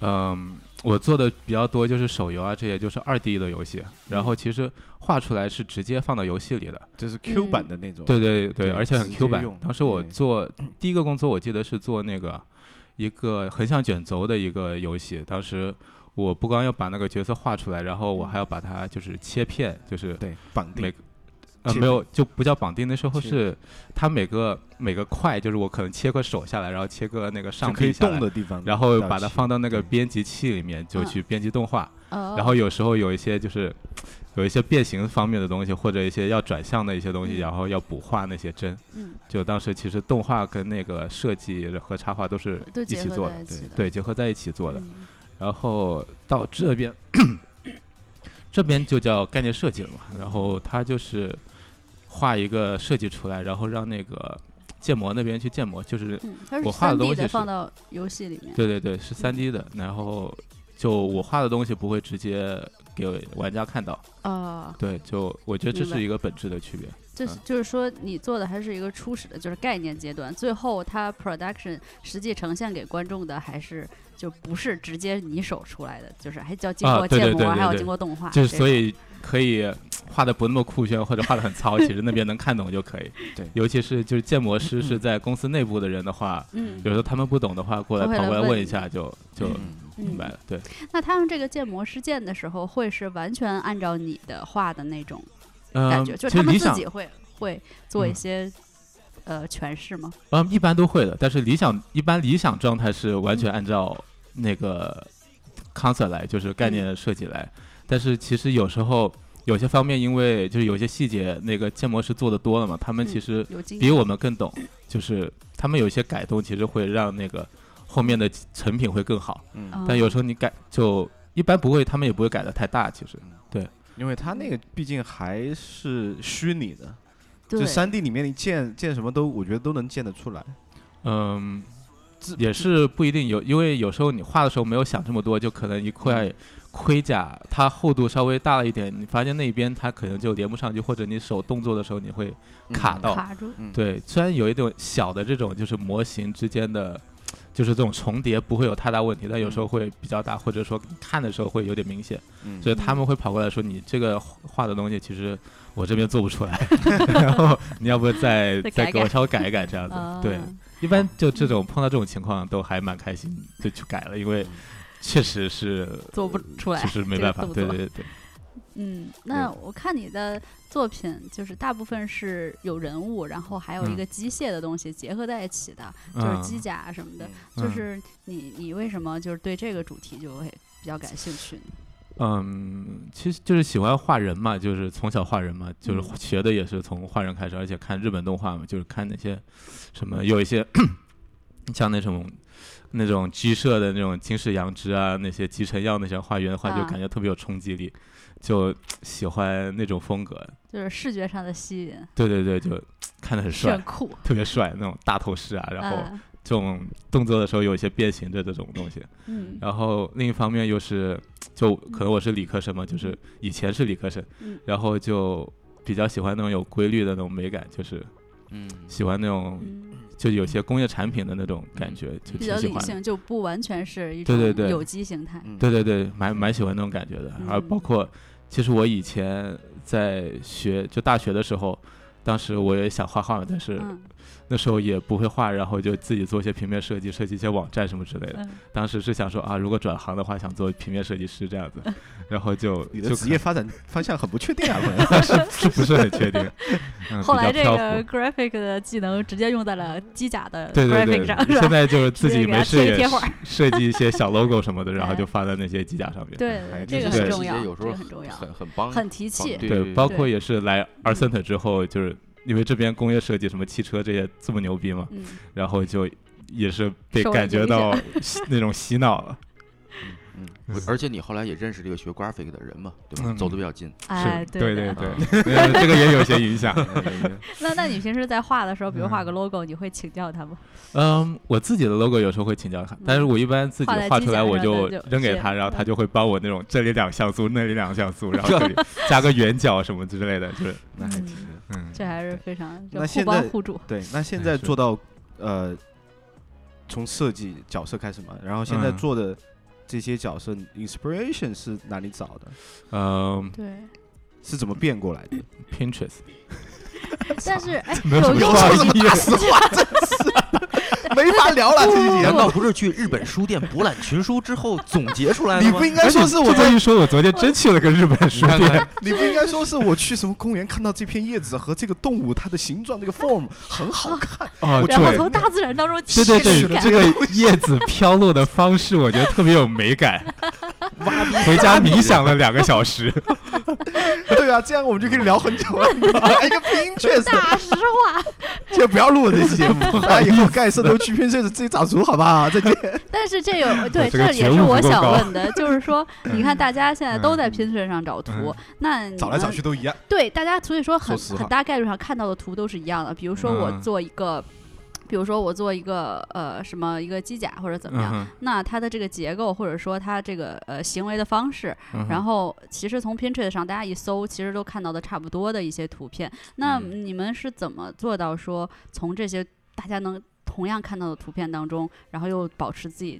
Speaker 4: 嗯，我做的比较多就是手游啊这些，就是二 D 的游戏，然后其实画出来是直接放到游戏里的，
Speaker 1: 这是 Q 版的那种。
Speaker 4: 嗯对对对，
Speaker 1: 对嗯
Speaker 4: 而且很
Speaker 1: 直接
Speaker 4: Q 版
Speaker 1: 用。嗯
Speaker 4: 当时我
Speaker 1: 对
Speaker 4: 做第一个工作，我记得是做那个一个横向卷轴的一个游戏。当时我不光要把那个角色画出来，然后我还要把它就是切片，就是
Speaker 1: 对，绑
Speaker 4: 每
Speaker 1: 定
Speaker 4: 个。呃，
Speaker 1: 切
Speaker 4: 没有，就不叫绑定。那时候
Speaker 1: 切
Speaker 4: 是它每个每个块，就是我可能切个手下来，然后切个那个
Speaker 1: 就
Speaker 4: 上
Speaker 1: 可
Speaker 4: 臂
Speaker 1: 以
Speaker 4: 下
Speaker 1: 动
Speaker 4: 来，
Speaker 1: 的地方，
Speaker 4: 然后把它放到那个
Speaker 1: 对
Speaker 4: 编辑器里面，就
Speaker 2: 嗯
Speaker 4: 去编辑动画。
Speaker 2: 呃，
Speaker 4: 然后有时候有一些就是有一些变形方面的东西，或者一些要转向的一些东西，
Speaker 2: 嗯
Speaker 4: 然后要补画那些帧。
Speaker 2: 嗯，
Speaker 4: 就当时其实动画跟那个设计和插画都是
Speaker 2: 都
Speaker 4: 一
Speaker 2: 结
Speaker 4: 起
Speaker 2: 合
Speaker 4: 做
Speaker 2: 在
Speaker 4: 的，
Speaker 2: 一起的，
Speaker 4: 对，结合在一起做的。
Speaker 2: 嗯
Speaker 4: 然后到这边， 这边就叫概念设计了嘛。然后它就是画一个设计出来，然后让那个建模那边去建模，就是
Speaker 2: 嗯，它是
Speaker 4: 我画
Speaker 2: 三
Speaker 4: 的
Speaker 2: D
Speaker 4: 东西
Speaker 2: 的
Speaker 4: 是
Speaker 2: 放到游戏里面，
Speaker 4: 对对对，是三 D 的。然后就我画的东西不会直接给玩家看到，
Speaker 2: 啊，
Speaker 4: 对，就我觉得这
Speaker 2: 明白
Speaker 4: 是一个本质的区别。
Speaker 2: 就是
Speaker 4: 嗯
Speaker 2: 就是说，你做的还是一个初始的，就是概念阶段，最后它 production 实际呈现给观众的还是就不是直接你手出来的，就是还叫经
Speaker 4: 啊
Speaker 2: 过
Speaker 4: 对
Speaker 2: 建
Speaker 4: 对对
Speaker 2: 模，
Speaker 4: 对
Speaker 2: 还有
Speaker 4: 对
Speaker 2: 经过动画，
Speaker 4: 就是
Speaker 2: 这
Speaker 4: 所
Speaker 2: 种
Speaker 4: 以可以画的不那么酷炫，或者画的很糙，其实那边能看懂就可以。
Speaker 1: 对
Speaker 4: 尤其是就是建模师是在公司内部的人的话，
Speaker 2: 嗯
Speaker 4: 有时候他们不懂的话，过来
Speaker 2: 他会
Speaker 4: 跑过
Speaker 2: 来
Speaker 4: 来
Speaker 2: 问
Speaker 4: 问
Speaker 2: 你
Speaker 4: 一下就就明白
Speaker 2: 嗯，
Speaker 4: 了。对，
Speaker 2: 那他们这个建模实践的时候，会是完全按照你的画的那种感
Speaker 4: 嗯，
Speaker 2: 觉，
Speaker 4: 其
Speaker 2: 就是他
Speaker 4: 实
Speaker 2: 们
Speaker 4: 理
Speaker 2: 自
Speaker 4: 想
Speaker 2: 己会会做一
Speaker 4: 嗯
Speaker 2: 些呃诠释吗？
Speaker 4: 嗯一般都会的，但是理想一般理想状态是完全按照那个 concept 来，就是概念设计来。
Speaker 2: 嗯
Speaker 4: 但是其实有时候有些方面，因为就是有些细节，那个建模师做的多了嘛，他们
Speaker 2: 嗯
Speaker 4: 其实
Speaker 2: 有经
Speaker 4: 比
Speaker 2: 验
Speaker 4: 我们更懂，就是他们有一些改动，其实会让那个后面的成品会更好。
Speaker 1: 嗯，
Speaker 4: 但有时候你改就一般不会，他们也不会改的太大。其实，
Speaker 1: 因为它那个毕竟还是虚拟的，就
Speaker 2: 对
Speaker 1: 三 D 里面你建建什么都，我觉得都能建得出来。
Speaker 4: 嗯
Speaker 1: 自，
Speaker 4: 也是不一定有，因为有时候你画的时候没有想这么多，就可能一块
Speaker 2: 嗯
Speaker 4: 盔甲它厚度稍微大了一点，你发现那边它可能就连不上去，或者你手动作的时候你会卡到
Speaker 2: 卡住，
Speaker 1: 嗯，
Speaker 4: 对，虽然有一种小的这种就是模型之间的，就是这种重叠不会有太大问题，但有
Speaker 2: 嗯
Speaker 4: 时候会比较大，或者说你看的时候会有点明显，
Speaker 1: 嗯
Speaker 4: 所以他们会跑过来说你这个画的东西其实我这边做不出 来，然后你要不再
Speaker 2: 再改
Speaker 4: 再给我
Speaker 2: 改
Speaker 4: 稍微改一改这样子，对
Speaker 2: 啊。
Speaker 4: 一般就这种碰到这种情况都还蛮开心，就去改了，因为确实是
Speaker 2: 做不出来
Speaker 4: 确实没
Speaker 2: 嗯这个
Speaker 4: 办法，
Speaker 2: 动
Speaker 4: 对
Speaker 2: 作
Speaker 4: 对对对，
Speaker 2: 嗯，那我看你的作品，就是大部分是有人物，然后还有一
Speaker 4: 嗯
Speaker 2: 个机械的东西结合在一起的，就是机
Speaker 4: 嗯，
Speaker 2: 甲啊什么的。
Speaker 4: 嗯
Speaker 2: 就是你，你为什么就是对这个主题就会比较感兴趣呢？
Speaker 4: 嗯，其实就是喜欢画人嘛，就是从小画人嘛，就是
Speaker 2: 嗯
Speaker 4: 学的也是从画人开始，而且看日本动画嘛，就是看那些什么有一些 像那种那种鸡舍的那种金氏羊脂啊，那些集成药那些画原画，就
Speaker 2: 啊
Speaker 4: 感觉特别有冲击力，就喜欢那种风格。
Speaker 2: 就是视觉上的吸引，
Speaker 4: 对对对，就看得很帅
Speaker 2: 炫，酷，
Speaker 4: 特别帅那种大头饰啊，然后
Speaker 2: 啊
Speaker 4: 这种动作的时候有一些变形的这种东西。
Speaker 2: 嗯
Speaker 4: 然后另一方面又是，就可能我是理科生嘛，就是以前是理科生，
Speaker 2: 嗯
Speaker 4: 然后就比较喜欢那种有规律的那种美感，就是
Speaker 3: 嗯，
Speaker 4: 喜欢那种
Speaker 2: 嗯，
Speaker 4: 就有些工业产品的那种感觉，就
Speaker 2: 比较
Speaker 4: 挺喜
Speaker 2: 理
Speaker 4: 欢的。
Speaker 2: 性，就不完全是一
Speaker 4: 对
Speaker 2: 种
Speaker 4: 对嗯对
Speaker 2: 有机形态。
Speaker 4: 对对对，蛮蛮喜欢那种感觉的。而
Speaker 2: 嗯
Speaker 4: 包括，其实我以前在学就大学的时候，当时我也想画画，但是
Speaker 2: 嗯
Speaker 4: 那时候也不会画，然后就自己做一些平面设计，设计一些网站什么之类的。
Speaker 2: 嗯，
Speaker 4: 当时是想说啊，如果转行的话，想做平面设计师这样子， 然后就
Speaker 1: 你的
Speaker 4: 就
Speaker 1: 职业发展方向很不确定 啊，朋友
Speaker 4: 是不是很 确定。嗯、
Speaker 2: 后来
Speaker 4: 比较
Speaker 2: 这
Speaker 4: 飘
Speaker 2: 个
Speaker 4: 忽
Speaker 2: graphic 的技能直接用在了机甲的
Speaker 4: 对 对
Speaker 2: graphic 上，
Speaker 4: 对，
Speaker 2: 是
Speaker 4: 现
Speaker 2: 吧？
Speaker 4: 在就是自
Speaker 2: 直接
Speaker 4: 己
Speaker 2: 给它
Speaker 4: 没事
Speaker 2: 贴
Speaker 4: 也
Speaker 2: 贴画
Speaker 4: 设
Speaker 2: 儿
Speaker 4: 设计一些小 logo 什么的，然后
Speaker 2: 哎
Speaker 4: 就发在那些机甲上面。
Speaker 2: 对
Speaker 1: 哎，
Speaker 2: 这
Speaker 1: 这
Speaker 2: 个
Speaker 1: 是
Speaker 2: 很
Speaker 4: 对
Speaker 2: 重
Speaker 3: 这
Speaker 2: 要
Speaker 3: 些，有时
Speaker 2: 这
Speaker 3: 候
Speaker 2: 个很重要，
Speaker 3: 很很帮
Speaker 2: 很提气。
Speaker 3: 对
Speaker 4: 对，包括
Speaker 2: 对
Speaker 4: 也是来 R Center 之后，就是因为这边工业设计什么汽车这些这么牛逼嘛，
Speaker 2: 嗯，
Speaker 4: 然后就也是被
Speaker 2: 受了
Speaker 4: 感觉
Speaker 2: 影
Speaker 4: 到洗那种洗 脑了。
Speaker 3: 嗯，而且你后来也认识这个学 graphic 的人嘛，对吧？
Speaker 4: 嗯
Speaker 3: 走的比较近，
Speaker 2: 哎，
Speaker 4: 是对
Speaker 2: 的。
Speaker 4: 对
Speaker 3: 啊，
Speaker 4: 呃 这个也有些影响。
Speaker 2: 那那你平时在画的时候，比如画个 logo，你会请教他吗？
Speaker 4: 嗯，我自己的 logo 有时候会请教他，但是我一般自己
Speaker 2: 画在
Speaker 4: 画
Speaker 2: 机
Speaker 4: 出
Speaker 2: 甲
Speaker 4: 来我
Speaker 2: 上
Speaker 4: 就
Speaker 2: 的就
Speaker 4: 扔给
Speaker 2: 是
Speaker 4: 他，然后他就会帮我那种这里两像素，那里两像 素，然后这里加个圆角什么之类的，就是
Speaker 3: 那还挺
Speaker 2: 嗯
Speaker 4: 嗯，
Speaker 2: 这还是非常就
Speaker 1: 那
Speaker 2: 互
Speaker 1: 现
Speaker 2: 帮
Speaker 1: 在
Speaker 2: 互助。
Speaker 1: 对，那现
Speaker 4: 哎
Speaker 1: 在
Speaker 4: 是
Speaker 1: 做到呃，从设计角色开始嘛，然后现在
Speaker 4: 嗯
Speaker 1: 做的这些角色 inspiration 是哪里找的？
Speaker 4: 嗯
Speaker 2: 对，
Speaker 1: 是怎么变过 来的？
Speaker 4: ，Pinterest
Speaker 2: 但是哎，
Speaker 4: 没
Speaker 2: 有
Speaker 4: 有什么
Speaker 2: 用
Speaker 4: 不好
Speaker 2: 吗？
Speaker 4: 意思
Speaker 1: 没法聊了，这 一
Speaker 3: 难
Speaker 1: 节。
Speaker 3: 道不是去日本书店博览群书之后总结出来的
Speaker 1: 你
Speaker 3: 吗
Speaker 1: 不？应该说是我
Speaker 4: 这
Speaker 1: 在
Speaker 4: 么一说，我昨天真去了个日本书
Speaker 3: 看
Speaker 4: 店，
Speaker 1: 你不应该说是我去什么公园看到这片叶子和这个动物它的形状这 个 form 很好看，
Speaker 4: 哦，
Speaker 2: 然后
Speaker 4: 对
Speaker 2: 从。大自然当中
Speaker 4: 对对
Speaker 2: 吸取
Speaker 4: 对，
Speaker 2: 感
Speaker 4: 这个 叶子飘落的方式，我觉得特别有美 感。
Speaker 1: 哇，
Speaker 4: 回家冥想了两个小时，
Speaker 1: 对啊，这样我们就可以聊很久 了。哎一个 Pinterest，
Speaker 2: 大实话。
Speaker 1: 就不要录了这期节 目，大家以后干事都去 Pinterest 自己找图，好不好？再 见。
Speaker 2: 但是这 有对，
Speaker 4: 这个
Speaker 2: 这也
Speaker 4: 觉悟
Speaker 2: 是
Speaker 4: 不
Speaker 2: 我
Speaker 4: 够
Speaker 2: 想
Speaker 4: 高
Speaker 2: 问的，就是 说，你看大家现在都在
Speaker 4: 嗯
Speaker 2: Pinterest 上找图
Speaker 4: 嗯，
Speaker 2: 那你
Speaker 1: 找来找
Speaker 2: 们
Speaker 1: 去都一样。
Speaker 2: 对，大家所以说
Speaker 1: 说
Speaker 2: 很
Speaker 1: 实话
Speaker 2: 很大概率上看到的图都是一样的。比如说我
Speaker 4: 嗯
Speaker 2: 做一个，比如说我做一个呃什么一个机甲或者怎么样，
Speaker 4: 嗯
Speaker 2: 那它的这个结构或者说它这个呃行为的方式，
Speaker 4: 嗯哼
Speaker 2: 然后其实从 Pinterest 上大家一搜，其实都看到的差不多的一些图片。那
Speaker 4: 嗯
Speaker 2: 你们是怎么做到说从这些大家能？同样看到的图片当中，然后又保持自己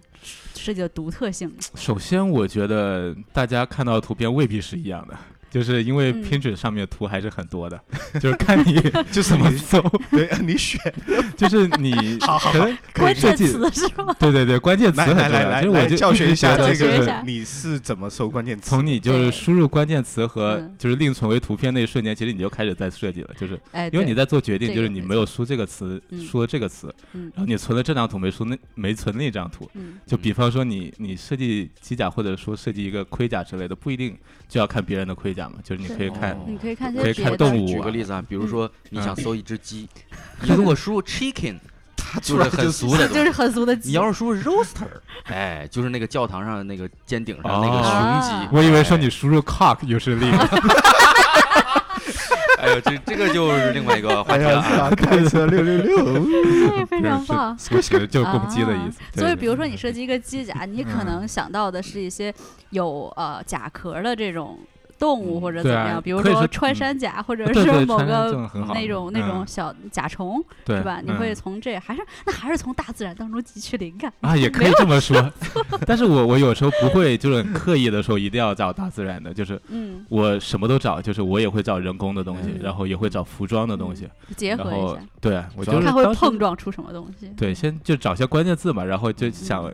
Speaker 2: 设计的独特性呢，
Speaker 4: 首先，我觉得大家看到的图片未必是一样的， 就是因为
Speaker 2: 嗯
Speaker 4: Pinterest 上面的图还是很多的，
Speaker 1: 嗯
Speaker 4: 就是看你
Speaker 1: 就是
Speaker 4: 怎 么
Speaker 1: 你
Speaker 4: 搜，
Speaker 1: 对，你选
Speaker 4: 就是你
Speaker 1: 好好
Speaker 4: 可能
Speaker 2: 关
Speaker 4: 设
Speaker 2: 键
Speaker 4: 计，
Speaker 2: 词是吗？
Speaker 4: 对对对，关键词
Speaker 1: 来
Speaker 4: 很
Speaker 1: 来
Speaker 4: 重
Speaker 1: 来
Speaker 4: 要。
Speaker 1: 来
Speaker 4: 其实我
Speaker 1: 来
Speaker 4: 就
Speaker 1: 教学一 下这
Speaker 4: 对对
Speaker 2: 教学一
Speaker 4: 对
Speaker 2: 下
Speaker 1: 个，你是怎么搜关键词？
Speaker 4: 从你就是
Speaker 2: 对
Speaker 4: 输入关键词和
Speaker 2: 嗯
Speaker 4: 就是另存为图片那一瞬间，其实你就开始在设计了，就是
Speaker 2: 哎，
Speaker 4: 因
Speaker 2: 对
Speaker 4: 为你在做决定，
Speaker 2: 这
Speaker 4: 就是
Speaker 2: 个
Speaker 4: 你
Speaker 2: 没
Speaker 4: 没有输这个词，
Speaker 2: 嗯
Speaker 4: 输了这个词，
Speaker 2: 嗯
Speaker 4: 然后你存了这张图，没输那没存那张图，
Speaker 2: 嗯，
Speaker 4: 就比方说你你设计机甲或者说设计一个盔甲之类的，不一定就要看别人的盔甲嘛，就是你可以看
Speaker 3: 哦
Speaker 2: 你可以看一些
Speaker 4: 可以
Speaker 2: 别
Speaker 4: 看
Speaker 2: 的
Speaker 4: 动物
Speaker 3: 举
Speaker 4: 啊
Speaker 3: 个例子啊，比如
Speaker 2: 嗯
Speaker 3: 说你想
Speaker 4: 嗯
Speaker 3: 搜一只鸡，你如果输入 chicken，
Speaker 1: 他出
Speaker 3: 就是
Speaker 1: 来就
Speaker 3: 很
Speaker 1: 是
Speaker 3: 俗的 东
Speaker 2: 就
Speaker 3: 西
Speaker 2: 是。很 俗的鸡。
Speaker 3: 你要是输入 roaster，哎，就是那个教堂上的那个尖顶上那个
Speaker 4: 哦
Speaker 3: 雄鸡。
Speaker 4: 我以为说你 输入 cock 又是另一个，
Speaker 3: 哎呦，这这个就是另外一个话
Speaker 1: 哎
Speaker 3: 题了
Speaker 1: 呀，是
Speaker 3: 啊。
Speaker 1: 吧？开车六六六，
Speaker 2: 对，非常棒。
Speaker 4: 是是 就是攻击的意思
Speaker 2: 啊。所以，
Speaker 4: 对嗯
Speaker 2: 比如说你设计一个机甲，你可能想到的是一些有呃甲壳的这种动物或者怎
Speaker 4: 对
Speaker 2: 么
Speaker 4: 啊
Speaker 2: 样，比如
Speaker 4: 可以
Speaker 2: 说
Speaker 4: 是
Speaker 2: 穿山甲或者
Speaker 4: 对
Speaker 2: 是
Speaker 4: 对
Speaker 2: 某
Speaker 4: 穿山
Speaker 2: 个
Speaker 4: 甲很好
Speaker 2: 那种那
Speaker 4: 嗯
Speaker 2: 种小甲虫，
Speaker 4: 对
Speaker 2: 是吧？你会
Speaker 4: 嗯
Speaker 2: 从这还是那还是从大自然当中汲取灵 感。
Speaker 4: 啊，也可以这么说， 但是我我有时候不会，就是很刻意的说一定要找大自然的，就是
Speaker 2: 嗯，
Speaker 4: 我什么都找，就是我也会找人工的东西
Speaker 2: 嗯，
Speaker 4: 然后也会找服装的东西，
Speaker 2: 结
Speaker 4: 然
Speaker 2: 合
Speaker 4: 后
Speaker 2: 一下，
Speaker 4: 对我
Speaker 1: 主
Speaker 4: 就
Speaker 1: 要
Speaker 4: 是
Speaker 2: 看会
Speaker 4: 当时
Speaker 2: 碰撞出什么东西。
Speaker 4: 对，先就找些关键字嘛，然后就
Speaker 2: 嗯
Speaker 4: 想，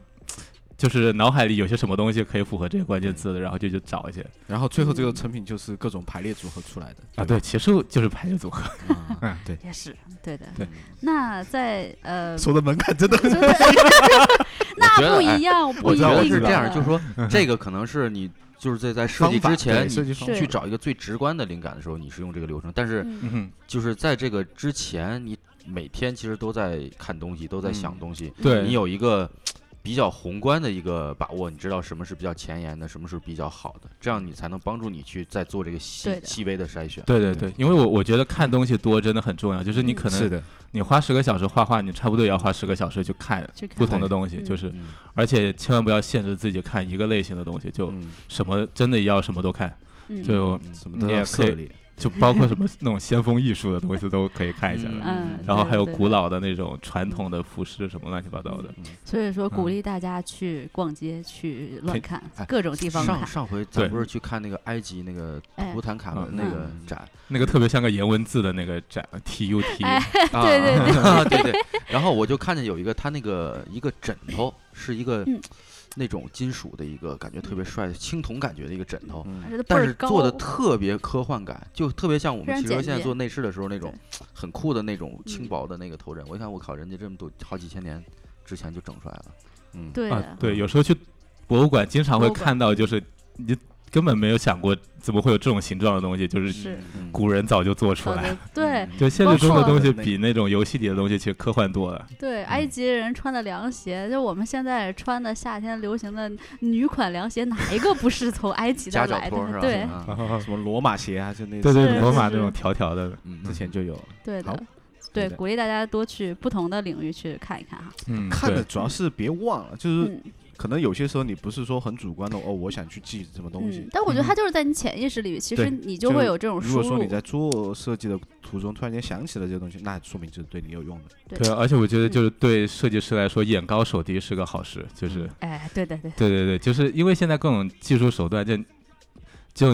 Speaker 4: 就是脑海里有些什么东西可以符合这些关键字的，然后就去找一些
Speaker 1: 然后最后这个成品就是各种排列组合出来的
Speaker 4: 啊，对，其实就是排列组合，
Speaker 1: 吧
Speaker 4: 嗯，对，
Speaker 2: 也是对的。
Speaker 4: 对
Speaker 2: 那在呃，
Speaker 1: 说的门槛真的很
Speaker 2: 真的
Speaker 3: 我觉
Speaker 2: 那
Speaker 3: 得
Speaker 2: 不
Speaker 3: 哎
Speaker 2: 一样，不
Speaker 3: 我
Speaker 2: 一
Speaker 3: 觉得
Speaker 2: 定
Speaker 3: 是这样，
Speaker 2: 的
Speaker 3: 就是说这个可能是你就是在在设
Speaker 1: 嗯方
Speaker 3: 计
Speaker 1: 法
Speaker 3: 之前，
Speaker 1: 对设计
Speaker 3: 你
Speaker 1: 方
Speaker 2: 法
Speaker 3: 去找一个最直观的灵感的时候，你是用这个流程，但是
Speaker 2: 嗯
Speaker 4: 嗯哼，
Speaker 3: 就是在这个之前，你每天其实都在看东西，都在想
Speaker 1: 嗯
Speaker 3: 东西，
Speaker 4: 对
Speaker 3: 你有一个比较宏观的一个把握，你知道什么是比较前沿的，什么是比较好的，这样你才能帮助你去再做这个
Speaker 2: 对
Speaker 3: 细
Speaker 2: 的
Speaker 3: 细微的筛选。
Speaker 4: 对对对，因为我我觉得看东西多真的很重要，就是你
Speaker 2: 嗯
Speaker 4: 可
Speaker 1: 是
Speaker 4: 能
Speaker 1: 的，
Speaker 4: 你花十个小时画画，你差不多也要花十个小时去看
Speaker 2: 去看
Speaker 4: 不同的东西，
Speaker 2: 嗯
Speaker 4: 就是
Speaker 3: 嗯
Speaker 4: 而且千万不要限制自己看一个类型的东西，就
Speaker 1: 嗯，
Speaker 4: 什么真的要什么都看，
Speaker 2: 嗯
Speaker 4: 就
Speaker 1: 什么
Speaker 4: 你
Speaker 1: 都
Speaker 4: 也
Speaker 1: 要
Speaker 4: 可
Speaker 1: 涉
Speaker 4: 以
Speaker 1: 猎，
Speaker 4: 就包括什么那种先锋艺术的东西都可以看一下的。
Speaker 2: 嗯，
Speaker 4: 然后还有
Speaker 2: 对对
Speaker 4: 古老的那种传统的服饰什么乱七八糟的，
Speaker 2: 所以说鼓
Speaker 4: 嗯
Speaker 2: 励大家去逛街、去乱
Speaker 4: 呸
Speaker 2: 看
Speaker 3: 哎，
Speaker 2: 各种地方
Speaker 3: 上
Speaker 2: 看。
Speaker 3: 上回咱
Speaker 4: 对
Speaker 3: 不是去看那个埃及那个
Speaker 2: 哎
Speaker 3: 图坦卡
Speaker 4: 嗯
Speaker 3: 文那个
Speaker 1: 嗯
Speaker 3: 展，
Speaker 4: 那个特别像个颜文字的那个展 T U T，
Speaker 2: 哎
Speaker 3: 啊
Speaker 2: 对对
Speaker 3: 对对对。然后我就看见有一个他那个一个枕头是一个
Speaker 2: 嗯
Speaker 3: 那种金属的一个感觉特别帅的青铜感觉的一个枕头，
Speaker 2: 而且都倍
Speaker 3: 但
Speaker 2: 儿
Speaker 3: 是
Speaker 2: 高
Speaker 3: 做的特别科幻感，就特别像我
Speaker 2: 非常
Speaker 3: 们汽车
Speaker 2: 简
Speaker 3: 现在
Speaker 2: 洁嗯
Speaker 3: 做内饰的时候那种很酷的那种轻薄的那个头枕。我一看，我靠，人家这么多好几千年之前就整出来了。嗯，
Speaker 2: 对
Speaker 4: 啊
Speaker 2: 的，，
Speaker 4: 对，有时候去博物馆经常会
Speaker 2: 博物馆
Speaker 4: 看到，就是你根本没有想过怎么会有这种形状的东西，就是
Speaker 2: 是
Speaker 3: 嗯，
Speaker 4: 古人早就做出
Speaker 2: 好
Speaker 4: 来。
Speaker 2: 的，对
Speaker 3: 嗯
Speaker 4: 就现实中的东西
Speaker 3: 包括
Speaker 4: 比那种游戏里的东西去科幻多了。
Speaker 2: 对，埃及人穿的凉鞋，就我们现在穿的夏天流行的女款凉鞋，哪一个不是从埃及那
Speaker 3: 夹脚
Speaker 2: 来的
Speaker 3: 托是
Speaker 2: 呢？
Speaker 3: 吧？
Speaker 2: 对，
Speaker 3: 啊
Speaker 1: 什么罗马鞋啊，就那
Speaker 4: 对
Speaker 2: 是
Speaker 4: 对，罗
Speaker 2: 是
Speaker 4: 马
Speaker 2: 是
Speaker 4: 那种条条的，
Speaker 3: 嗯，
Speaker 1: 之前就有了。
Speaker 2: 对
Speaker 1: 好
Speaker 2: 的，对，
Speaker 1: 的
Speaker 2: 鼓励大家多去不同的领域去看一看哈。
Speaker 4: 嗯，
Speaker 1: 看的
Speaker 4: 对
Speaker 1: 主要是别忘了，就是
Speaker 2: 嗯
Speaker 1: 可能有些时候你不是说很主观的哦，我想去记什么东西
Speaker 2: 嗯，。但我觉得
Speaker 4: 嗯
Speaker 2: 它就是在你潜意识里，其实
Speaker 1: 对
Speaker 2: 你就
Speaker 1: 就
Speaker 2: 会有这种
Speaker 1: 如
Speaker 2: 输
Speaker 1: 果说
Speaker 2: 入
Speaker 1: 你。在做设计的途中突然间想起了这些东西，那说明这是对你有用的。
Speaker 2: 对
Speaker 4: 对，而且我觉得就是对设计师来说，眼高手低是个好事，就是
Speaker 2: 哎，对对对，
Speaker 4: 对对对，就是因为现在各种技术手段就，就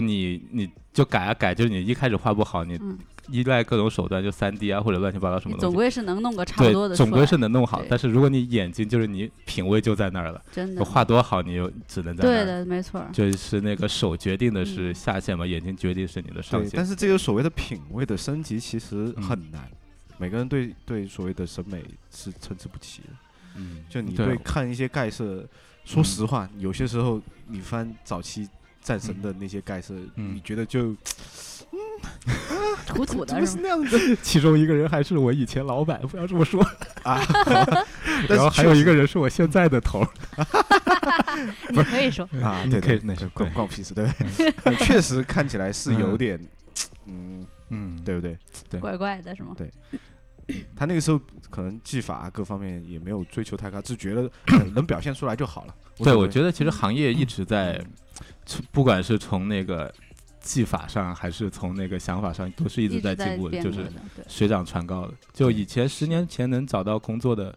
Speaker 4: 你你就改啊改，就是你一开始画不好，你
Speaker 2: 嗯
Speaker 4: 依赖各种手段，就三 D 啊或者乱七八糟什
Speaker 2: 你
Speaker 4: 么
Speaker 2: 总
Speaker 4: 东西。
Speaker 2: 归是能弄个差不多
Speaker 4: 对，
Speaker 2: 的出来，
Speaker 4: 总归是能弄好
Speaker 2: 对，
Speaker 4: 但是如果你眼睛就是你品味就在那儿了，
Speaker 2: 真
Speaker 4: 就
Speaker 2: 的。
Speaker 4: 画多好你又只能在那
Speaker 2: 对
Speaker 4: 儿。
Speaker 2: 的，没错儿。
Speaker 4: 就是那个手决定的是
Speaker 2: 嗯
Speaker 4: 下限嘛，眼睛决定是你的上
Speaker 1: 对，
Speaker 4: 限。
Speaker 1: 但是这个所谓的品味的升级其实
Speaker 4: 嗯
Speaker 1: 很难，每个人对对所谓的审美是参差不齐的。
Speaker 4: 嗯，
Speaker 1: 就你
Speaker 4: 对
Speaker 1: 对哦看一些盖设，说
Speaker 4: 嗯
Speaker 1: 实话，有些时候你翻早期战神的那些盖设，
Speaker 4: 嗯
Speaker 1: 你觉得就
Speaker 2: 土土
Speaker 1: 怎
Speaker 2: 的
Speaker 1: 么
Speaker 2: 是
Speaker 1: 是
Speaker 2: 吗？
Speaker 1: 那样子
Speaker 4: 其中一个人还是我以前老板，不要这么说。
Speaker 1: 啊？ 但是确实
Speaker 4: 人是我现在的头儿。
Speaker 2: 你可以说，
Speaker 1: 啊，
Speaker 4: 你
Speaker 1: 对
Speaker 4: 嗯可以
Speaker 1: 对，
Speaker 4: 那是
Speaker 1: 关
Speaker 4: 对
Speaker 1: 关我屁事，对不对？ 确实看起来是有点，嗯，
Speaker 4: 嗯，
Speaker 1: 对不对？
Speaker 2: 怪怪的是吗？
Speaker 1: 他那个时候可能技法啊各方面也没有追求太高，只觉得呃能表现出来就好了。
Speaker 4: 对，我
Speaker 1: 得
Speaker 4: 觉
Speaker 2: 嗯
Speaker 4: 得其实行业一直在，从不管是从那个技法上，还是从那个想法上，都是 一
Speaker 2: 一
Speaker 4: 直在进
Speaker 2: 在
Speaker 4: 步的，
Speaker 2: 变
Speaker 4: 就
Speaker 2: 革
Speaker 4: 是
Speaker 2: 的，对，
Speaker 4: 水涨船高的。就以前十年前能找到工作的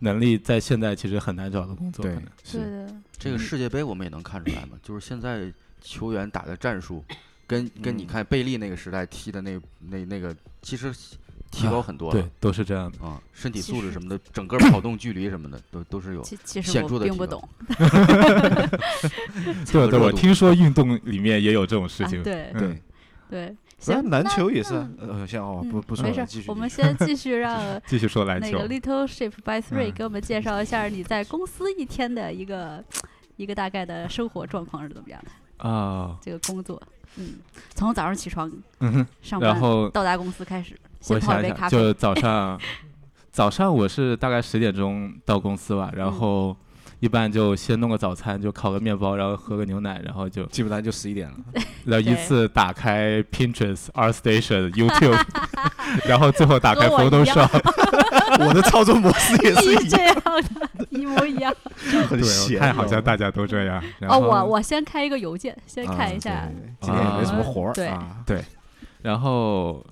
Speaker 4: 能力，在现在其实很难找到工作，可
Speaker 1: 对
Speaker 4: 能，
Speaker 2: 对
Speaker 1: 是
Speaker 2: 的，
Speaker 3: 这个
Speaker 4: 嗯
Speaker 3: 世界杯我们也能看出来嘛，就是现在球员打的战术，跟跟你
Speaker 1: 嗯
Speaker 3: 看贝利那个时代踢的那那那个，其实提
Speaker 4: 啊
Speaker 3: 高很多
Speaker 4: 对
Speaker 3: 了，
Speaker 4: 都是这样的。
Speaker 3: 啊，身体
Speaker 2: 其
Speaker 3: 素
Speaker 2: 实
Speaker 3: 质什么的，整个跑动距离什么的都都是有。
Speaker 2: 其其实
Speaker 3: 显
Speaker 2: 我
Speaker 3: 著地
Speaker 2: 并
Speaker 3: 提
Speaker 2: 不
Speaker 3: 高
Speaker 2: 懂
Speaker 4: 对对，
Speaker 3: 热
Speaker 4: 我
Speaker 3: 度
Speaker 4: 听说运动里面也有这种事
Speaker 2: 啊
Speaker 4: 情。，
Speaker 2: 对
Speaker 4: 嗯
Speaker 1: 对。
Speaker 2: 对，
Speaker 1: 然
Speaker 2: 行，
Speaker 1: 后篮
Speaker 2: 那
Speaker 1: 球也是啊，
Speaker 2: 那
Speaker 1: 呃，像哦
Speaker 2: 嗯
Speaker 1: 不不说
Speaker 2: 没
Speaker 1: 了，
Speaker 2: 事儿
Speaker 1: 继续。
Speaker 2: 我们
Speaker 1: 继续
Speaker 2: 先继 续让
Speaker 4: 继续说篮
Speaker 2: 那
Speaker 4: 球
Speaker 2: 个。Little Ship by Three
Speaker 4: 嗯
Speaker 2: 给我们介绍一 下你在公司一天的一个一个大概的生活状况是怎么样的，
Speaker 4: 啊，
Speaker 2: 这个工作，嗯，从早上起床
Speaker 4: 嗯哼。
Speaker 2: 上班
Speaker 4: 然后
Speaker 2: 到达公司开始，
Speaker 4: 我
Speaker 2: 先泡
Speaker 4: 想
Speaker 2: 一杯
Speaker 4: 一
Speaker 2: 咖
Speaker 4: 想，
Speaker 2: 啡，
Speaker 4: 就 早上，早上我是大概十点钟到公司吧，然
Speaker 2: 嗯
Speaker 4: 后一般就先弄个早餐，就烤个面包，然后喝个牛奶，然后就
Speaker 1: 基本上就十一 点了，
Speaker 4: 然后依
Speaker 2: 对
Speaker 4: 次打开 Pinterest、ArtStation、YouTube，然后最后打开
Speaker 2: 跟我一样
Speaker 4: Photoshop，
Speaker 1: 我的操作模式也是
Speaker 2: 一
Speaker 1: 一样，
Speaker 2: 这样 的，一模一样。
Speaker 1: 很
Speaker 4: 对，
Speaker 1: 闲
Speaker 4: 我
Speaker 1: 哦。
Speaker 4: 看好像大家都这样。然
Speaker 2: 哦，
Speaker 4: 后
Speaker 2: 我我先开一个邮件，先看一下嗯
Speaker 1: 啊，对
Speaker 4: 嗯
Speaker 1: 今天也没什么活
Speaker 2: 对
Speaker 1: 儿啊。
Speaker 4: 然后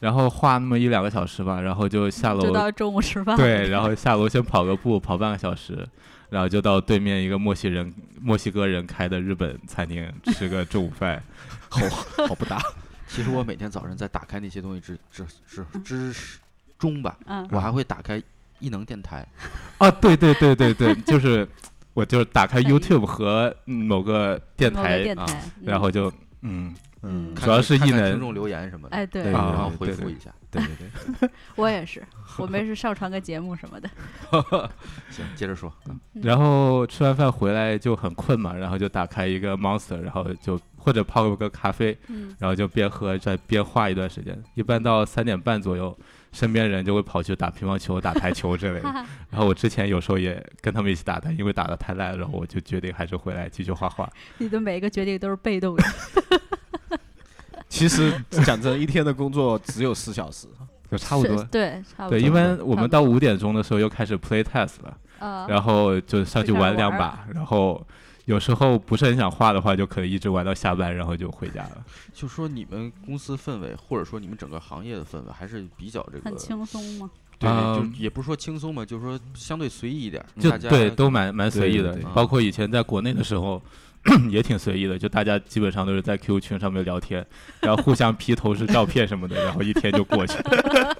Speaker 4: 然后画那么一两个小时吧，然后就下
Speaker 2: 就
Speaker 4: 楼
Speaker 2: 到中午吃 饭。
Speaker 4: 对，然后下楼先跑个步，跑半个小时，然后就到对面一个墨西人、墨西哥人开的日本餐厅吃个中午 饭，
Speaker 1: 好好不搭。
Speaker 3: 其实我每天早上在打开那些东西之之之之之中吧，
Speaker 2: 嗯，
Speaker 3: 我还会打开异能电台，
Speaker 4: 啊，对对对对对，就是我就是打开
Speaker 2: 很
Speaker 4: YouTube 和嗯某个电
Speaker 2: 某个
Speaker 4: 台，
Speaker 2: 电
Speaker 3: 啊
Speaker 2: 台，
Speaker 4: 然
Speaker 2: 嗯
Speaker 4: 后就嗯，
Speaker 1: 嗯，
Speaker 3: 看
Speaker 4: 主要
Speaker 3: 看
Speaker 4: 是
Speaker 3: 看
Speaker 4: 异
Speaker 3: 看
Speaker 4: 能
Speaker 3: 听众留言什么的，
Speaker 2: 哎，对
Speaker 1: 对
Speaker 4: 啊
Speaker 3: 然后
Speaker 1: 对
Speaker 3: 回
Speaker 1: 对
Speaker 3: 复一下。
Speaker 1: 对对对，
Speaker 2: 我也 是，我没事上传个节目什么的。
Speaker 3: 行，接着 说。嗯
Speaker 4: 然后吃完饭回来就很困嘛，然后就打开一个 Monster，然后就或者泡个咖啡，
Speaker 2: 嗯，
Speaker 4: 然后就边喝再边画一段时间，一般到三点半左右，身边人就会跑去打乒乓球、打排球之 类的。然后我之前有时候也跟他们一起打，但因为打的太烂了，然后我就决定还是回来继续画画。
Speaker 2: 你的每一个决定都是被动的。
Speaker 1: 其实讲真，一天的工作只有四小时，
Speaker 4: 就 差不
Speaker 2: 是
Speaker 4: 多。
Speaker 2: 对，差不多。
Speaker 4: 对，一般我
Speaker 2: 差不
Speaker 4: 们到五点钟的时候又开始 play test 了，
Speaker 2: 呃，
Speaker 4: 然后就上去
Speaker 2: 就开始
Speaker 4: 玩两
Speaker 2: 玩儿
Speaker 4: 把，然后有时候不是很想画的话，就可以一直玩到下班，然后就回家了。
Speaker 3: 就说你们公司氛围，或者说你们整个行业的氛围，还是比较这个
Speaker 2: 很轻松 吗？
Speaker 3: 对，就
Speaker 4: 嗯
Speaker 3: 也不是说轻松吧，就是说相对随意一点，
Speaker 4: 就
Speaker 3: 嗯大家
Speaker 4: 对，都蛮蛮随意
Speaker 1: 对
Speaker 4: 的
Speaker 1: 对
Speaker 3: 对，
Speaker 4: 包括以前在国内的时候。 也挺随意的，就大家基本上都是在 QQ 群上面聊天，然后互相 P 头饰、照片什么的，然后一天就过去了。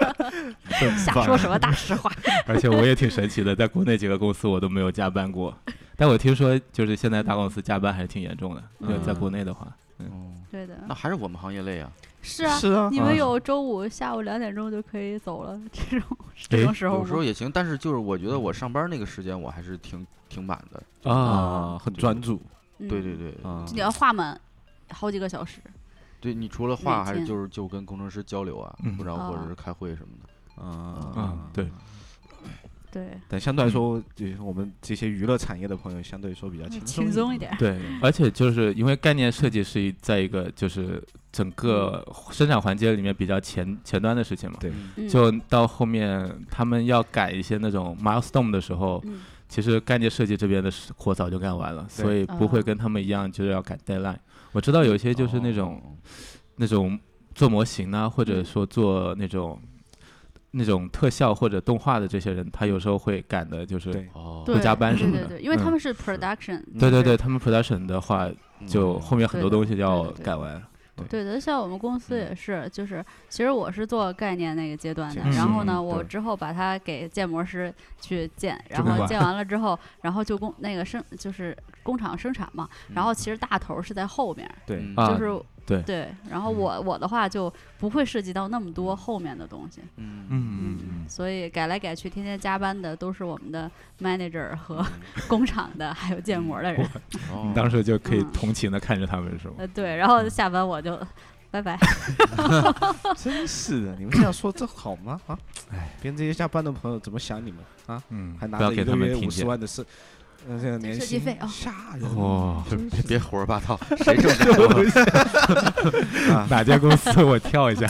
Speaker 2: 瞎说什么大实 话？
Speaker 4: 而且我也挺神奇的，在国内几个公司我都没有加班过，但我听说就是现在大公司加班还是挺严重的，
Speaker 3: 嗯
Speaker 4: 对在国内的话，
Speaker 3: 哦
Speaker 2: 对的，
Speaker 3: 那还是我们行业累啊。
Speaker 2: 是啊。
Speaker 1: 是啊，
Speaker 2: 你们有周五下午两点钟就可以走了这种这种时候
Speaker 3: 有时候
Speaker 2: 吗？
Speaker 3: 也行，但是就是我觉得我上班那个时间我还是挺挺满的。
Speaker 2: 啊
Speaker 1: 很专注
Speaker 2: 嗯
Speaker 3: 对对，对，
Speaker 1: 啊，
Speaker 2: 你要画满好几个小时，
Speaker 3: 对你除了画
Speaker 2: 每
Speaker 3: 还是
Speaker 2: 天
Speaker 3: 就是就跟工程师交流啊，
Speaker 4: 嗯
Speaker 3: 然后或者
Speaker 2: 哦
Speaker 3: 是开会什么的。
Speaker 1: 啊
Speaker 4: 嗯，对，
Speaker 2: 对，
Speaker 1: 但相对来说，就是我们这些娱乐产业的朋友，相对说比较轻松
Speaker 2: 嗯轻松一。点。
Speaker 4: 对，而且就是因为概念设计是一在一个就是整个生产环节里面比较前前端的事情嘛，
Speaker 1: 对
Speaker 3: 嗯
Speaker 2: 嗯
Speaker 4: 就到后面他们要改一些那种 milestone 的时候，
Speaker 2: 嗯
Speaker 4: 其实概念设计这边的事活早就干完了，
Speaker 1: 对
Speaker 4: 所以不会
Speaker 2: 啊
Speaker 4: 跟他们一样就是要赶 deadline。我知道有一些就是那种、
Speaker 3: 哦
Speaker 4: 那种做模型啊，或者
Speaker 2: 嗯
Speaker 4: 说做那种、那种特效或者动画的这些人，他有时候会赶的，就是
Speaker 1: 对
Speaker 3: 哦，
Speaker 2: 对
Speaker 4: 不加班
Speaker 2: 对
Speaker 4: 什么
Speaker 2: 对
Speaker 4: 的
Speaker 2: 对，因为他
Speaker 4: 嗯
Speaker 2: 们是 production，
Speaker 4: 对对
Speaker 2: 就是
Speaker 4: 对，他们 production 的话，
Speaker 3: 嗯
Speaker 4: 就后面很多
Speaker 2: 对的
Speaker 4: 东西要
Speaker 2: 对的对的
Speaker 4: 改完。
Speaker 2: 对的，像我们公
Speaker 4: 嗯
Speaker 2: 司也是，就是其实我是做概念那个阶段的，
Speaker 1: 嗯
Speaker 2: 然后呢，
Speaker 4: 嗯
Speaker 2: 我
Speaker 1: 对
Speaker 2: 之后把它给建模师去建，然
Speaker 4: 管
Speaker 2: 后建完了之后，然后就工那个生就是工厂生产嘛，然后其实大头是在后面，
Speaker 1: 对，
Speaker 3: 嗯
Speaker 4: 嗯啊
Speaker 2: 就是
Speaker 4: 对嗯
Speaker 2: 然后我我的话就不会涉及到那么多后面的东西，
Speaker 3: 嗯
Speaker 4: 嗯嗯
Speaker 2: 所以改来改去，天天加班的都是我们的 manager 和工厂的，还有建模的人，
Speaker 3: 哦
Speaker 4: 嗯，当时就可以
Speaker 2: 嗯
Speaker 4: 同情的看着他们，是吗？
Speaker 2: 呃，对，然后下班我就拜拜。
Speaker 1: 真是的，你们这样说这好吗？啊，哎，别人这些下班的朋友怎么想你们啊？
Speaker 4: 嗯，
Speaker 1: 还拿
Speaker 4: 不要
Speaker 1: 着一
Speaker 4: 给
Speaker 1: 个
Speaker 4: 他
Speaker 1: 月
Speaker 4: 们听
Speaker 1: 五十
Speaker 4: 见。
Speaker 1: 万的设，呃，这个年
Speaker 2: 设计
Speaker 1: 薪
Speaker 2: 费哦
Speaker 1: 吓人！啊
Speaker 4: 哇，
Speaker 3: 别别胡说八道，谁挣 这么多？
Speaker 4: 哪家公司？我跳一下。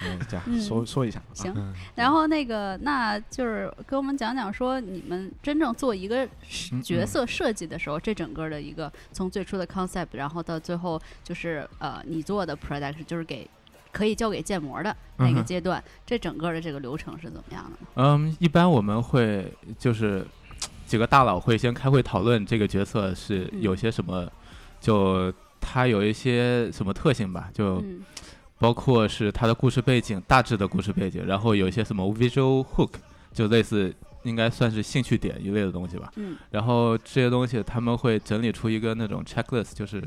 Speaker 1: 嗯这样
Speaker 2: 嗯
Speaker 1: 说说一下，啊
Speaker 2: 行，然后那个，那就是给我们讲讲说，你们真正做一个 是
Speaker 4: 嗯
Speaker 2: 角
Speaker 4: 嗯
Speaker 2: 色设计的时候，这整个的一个从最初的 concept，然后到最后就是呃，你做的 product 就是给可以交给建模的那
Speaker 4: 嗯
Speaker 2: 个
Speaker 4: 哼
Speaker 2: 阶段，这整个的这个流程是怎么样的呢？
Speaker 4: 嗯，一般我们会就是几个大佬会先开会讨论这个角色是
Speaker 2: 嗯
Speaker 4: 有些什么，就它有一些什么特性吧，就
Speaker 2: 嗯
Speaker 4: 包括是它的故事背景，大致的故事背景，然后有一些什么 visual hook，就类似应该算是兴趣点一类的东西吧。
Speaker 2: 嗯，
Speaker 4: 然后这些东西他们会整理出一个那种 checklist，就是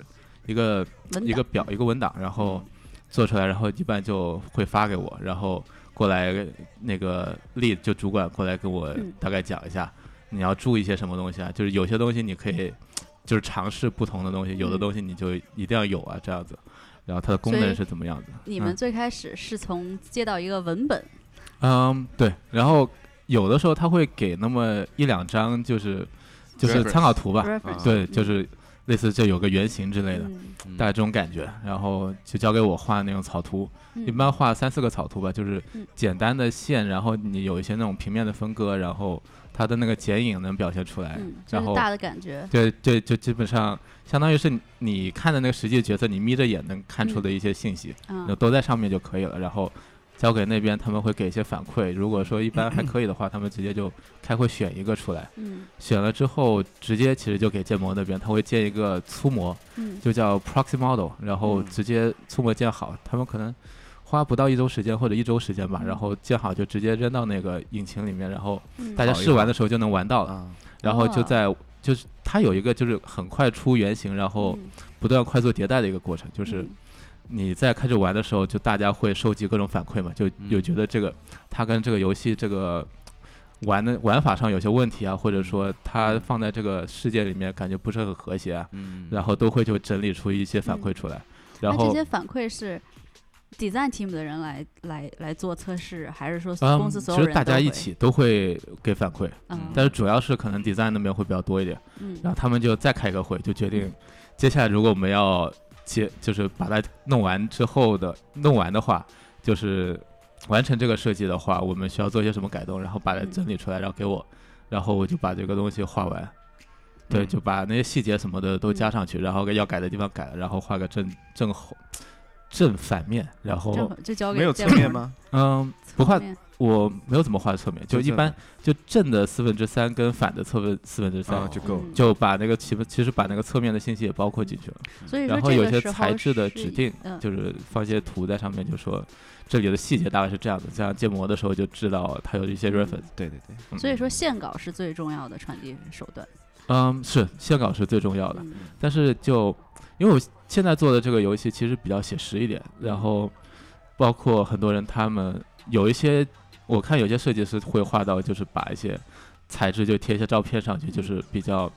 Speaker 4: 一个
Speaker 2: 文
Speaker 4: 一个
Speaker 2: 档
Speaker 4: 表一个文档，然后做出来，然后一般就会发给我，然后过来那个 lead 就主管过来跟我
Speaker 2: 嗯
Speaker 4: 大概讲一下，你要注意些什么东西啊？就是有些东西你可以就是尝试不同的东西，有的
Speaker 2: 嗯
Speaker 4: 东西你就一定要有啊，这样子。然后它的功
Speaker 2: 所
Speaker 4: 能
Speaker 2: 以
Speaker 4: 是怎么样子？
Speaker 2: 你
Speaker 4: 嗯
Speaker 2: 们最开始是从接到一个文本，
Speaker 4: 嗯，对，然后有的时候他会给那么一两张，就是就是
Speaker 3: Reference
Speaker 4: 参考图吧
Speaker 3: 啊
Speaker 2: reference
Speaker 4: 对，
Speaker 2: 嗯
Speaker 4: 就是类似这有个原型之类的，
Speaker 2: 嗯
Speaker 4: 大概这种感觉，然后就交给我画那种草图，
Speaker 2: 嗯
Speaker 4: 一般画三四个草图吧，就是
Speaker 2: 嗯
Speaker 4: 简单的线，然后你有一些那种平面的分割，然后它的那个剪影能表现出来，
Speaker 2: 嗯，就
Speaker 4: 然
Speaker 2: 是
Speaker 4: 后
Speaker 2: 大的感觉，
Speaker 4: 对对，就基本上相当于是你看的那个实际角色，你眯着眼能看出的一些信息，
Speaker 2: 嗯
Speaker 4: 那都在上面就可以了。然后交给那边，他们会给一些反馈。如果说一 般还可以的话，他们直接就开会选一个出来，
Speaker 2: 嗯
Speaker 4: 选了之后直接其实就给建模那边，他会建一个粗模，
Speaker 2: 嗯
Speaker 4: 就叫 proxy model，然后
Speaker 3: 嗯
Speaker 4: 直接粗模建好，他们可能花不到一周时间或者一周时间吧，
Speaker 2: 嗯
Speaker 4: 然后建好就直接扔到那个引擎里面，然后
Speaker 2: 嗯，
Speaker 4: 大家
Speaker 1: 好一
Speaker 4: 试
Speaker 1: 会
Speaker 4: 玩
Speaker 1: 儿
Speaker 4: 的时候就能玩到了，
Speaker 1: 啊，
Speaker 4: 然后就
Speaker 2: 哦
Speaker 4: 在就是它有一个就是很快出原型，然后
Speaker 2: 嗯
Speaker 4: 不断快速迭代的一个过程，就是
Speaker 2: 嗯
Speaker 4: 你在开始玩的时候，就大家会收集各种反馈嘛，就有
Speaker 3: 嗯
Speaker 4: 觉得这个它跟这个游戏这个。玩的玩法上有些问题啊，或者说它
Speaker 3: 嗯
Speaker 4: 放在这个世界里面感觉不是很和谐啊，
Speaker 3: 嗯，
Speaker 4: 然
Speaker 3: 后
Speaker 4: 后都会就整理出一些反馈出来，
Speaker 2: 嗯那
Speaker 4: 然
Speaker 2: 这
Speaker 4: 后
Speaker 2: 些反馈是 design team 的人来来来做测试，还是说
Speaker 4: 嗯，
Speaker 2: 公司所
Speaker 4: 其
Speaker 2: 有
Speaker 4: 实
Speaker 2: 人、
Speaker 4: 大家一，起都会给反馈，
Speaker 2: 嗯，
Speaker 4: 但是主要是可能 design 那边会比较多一点，
Speaker 2: 嗯
Speaker 4: 然后他们就再开个会，就决定接下来如果我们要接就是把它弄完之后的弄完的话，就是完成这个设计的话，我们需要做一些什么改动，然后把它
Speaker 2: 嗯
Speaker 4: 整理出来，然后给我，然后我就把这个东西画完，对，
Speaker 3: 嗯
Speaker 4: 就把那些细节什么的都加上去，然后要改的地方改了，然后画个正正后正反面，然
Speaker 2: 正
Speaker 4: 后
Speaker 2: 好就交给
Speaker 1: 没有
Speaker 2: 建
Speaker 1: 侧
Speaker 2: 模
Speaker 1: 面？吗？
Speaker 4: 嗯，
Speaker 2: 侧
Speaker 4: 不画
Speaker 2: 面
Speaker 4: 我没有怎么画侧面，就一
Speaker 1: 正
Speaker 4: 般就正的四分之三跟反的侧分四分之三
Speaker 1: 啊，，就够了。
Speaker 2: 嗯
Speaker 4: 就把那个其其实把那个侧面的信息也包括进去了，
Speaker 2: 所以说
Speaker 4: 然后
Speaker 2: 这
Speaker 4: 有
Speaker 2: 个
Speaker 4: 些
Speaker 2: 时候
Speaker 4: 材质的
Speaker 2: 是
Speaker 4: 指
Speaker 2: 一
Speaker 4: 定
Speaker 2: 嗯，
Speaker 4: 就是放一些图在上面，就说这里的细节大概是这样的，这样建模的时候就知道它有一些 reference。
Speaker 1: 对对对，
Speaker 4: 嗯
Speaker 2: 所以说线稿是最重要的传递手段。
Speaker 4: 嗯，是线稿是最重要的，
Speaker 2: 嗯
Speaker 4: 但是就因为我现在做的这个游戏其实比较写实一点，
Speaker 2: 嗯
Speaker 4: 然后包括很多人他们有一些，我看有些设计师会画到就是把一些材质就贴一些照片
Speaker 2: 嗯
Speaker 4: 上去，就是比较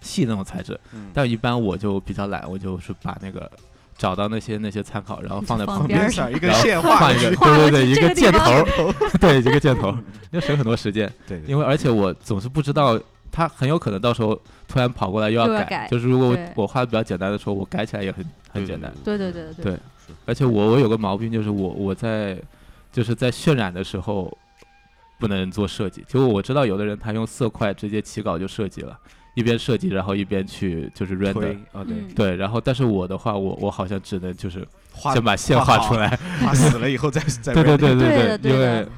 Speaker 4: 细的那种材质，
Speaker 1: 嗯
Speaker 4: 但一般我就比较懒，我就是把那个找到那些那些参考，然后放在
Speaker 2: 放
Speaker 4: 旁
Speaker 2: 边儿
Speaker 4: 边
Speaker 1: 边
Speaker 2: 上
Speaker 1: 上一个
Speaker 4: 然后
Speaker 1: 线
Speaker 4: 画
Speaker 1: 画
Speaker 4: 一
Speaker 1: 过
Speaker 4: 个，
Speaker 1: 去，
Speaker 2: 画
Speaker 4: 对
Speaker 2: 过
Speaker 4: 对对，
Speaker 2: 去
Speaker 4: 一
Speaker 2: 这
Speaker 4: 个
Speaker 2: 个地
Speaker 4: 箭头
Speaker 2: 方
Speaker 4: 儿， 对，一个箭头儿，要省很多时间。
Speaker 1: 对对，
Speaker 4: 因为而且我总是不知道他很有可能到时候突然跑过来又要
Speaker 2: 又要
Speaker 4: 改，
Speaker 2: 改
Speaker 4: 就是如果我
Speaker 2: 对
Speaker 4: 我画的比较简单的时候，我改起来也很很简单。
Speaker 2: 对对对
Speaker 4: 对而且我我有个毛病，就是我我在就是在渲染的时候不能做设计，就我知道有的人他用色块直接起稿就设计了，一边设计然后一边去就是
Speaker 1: 推
Speaker 4: render。
Speaker 1: 啊对，
Speaker 2: 嗯
Speaker 4: 对，然后但是我的话，我我好像只能就是
Speaker 1: 画
Speaker 4: 先把线
Speaker 1: 画
Speaker 4: 画
Speaker 1: 好
Speaker 4: 出来，
Speaker 1: 画死了以后再再
Speaker 4: 对对
Speaker 1: render
Speaker 4: 对
Speaker 2: 对的
Speaker 4: 对，因
Speaker 2: 对的
Speaker 4: 为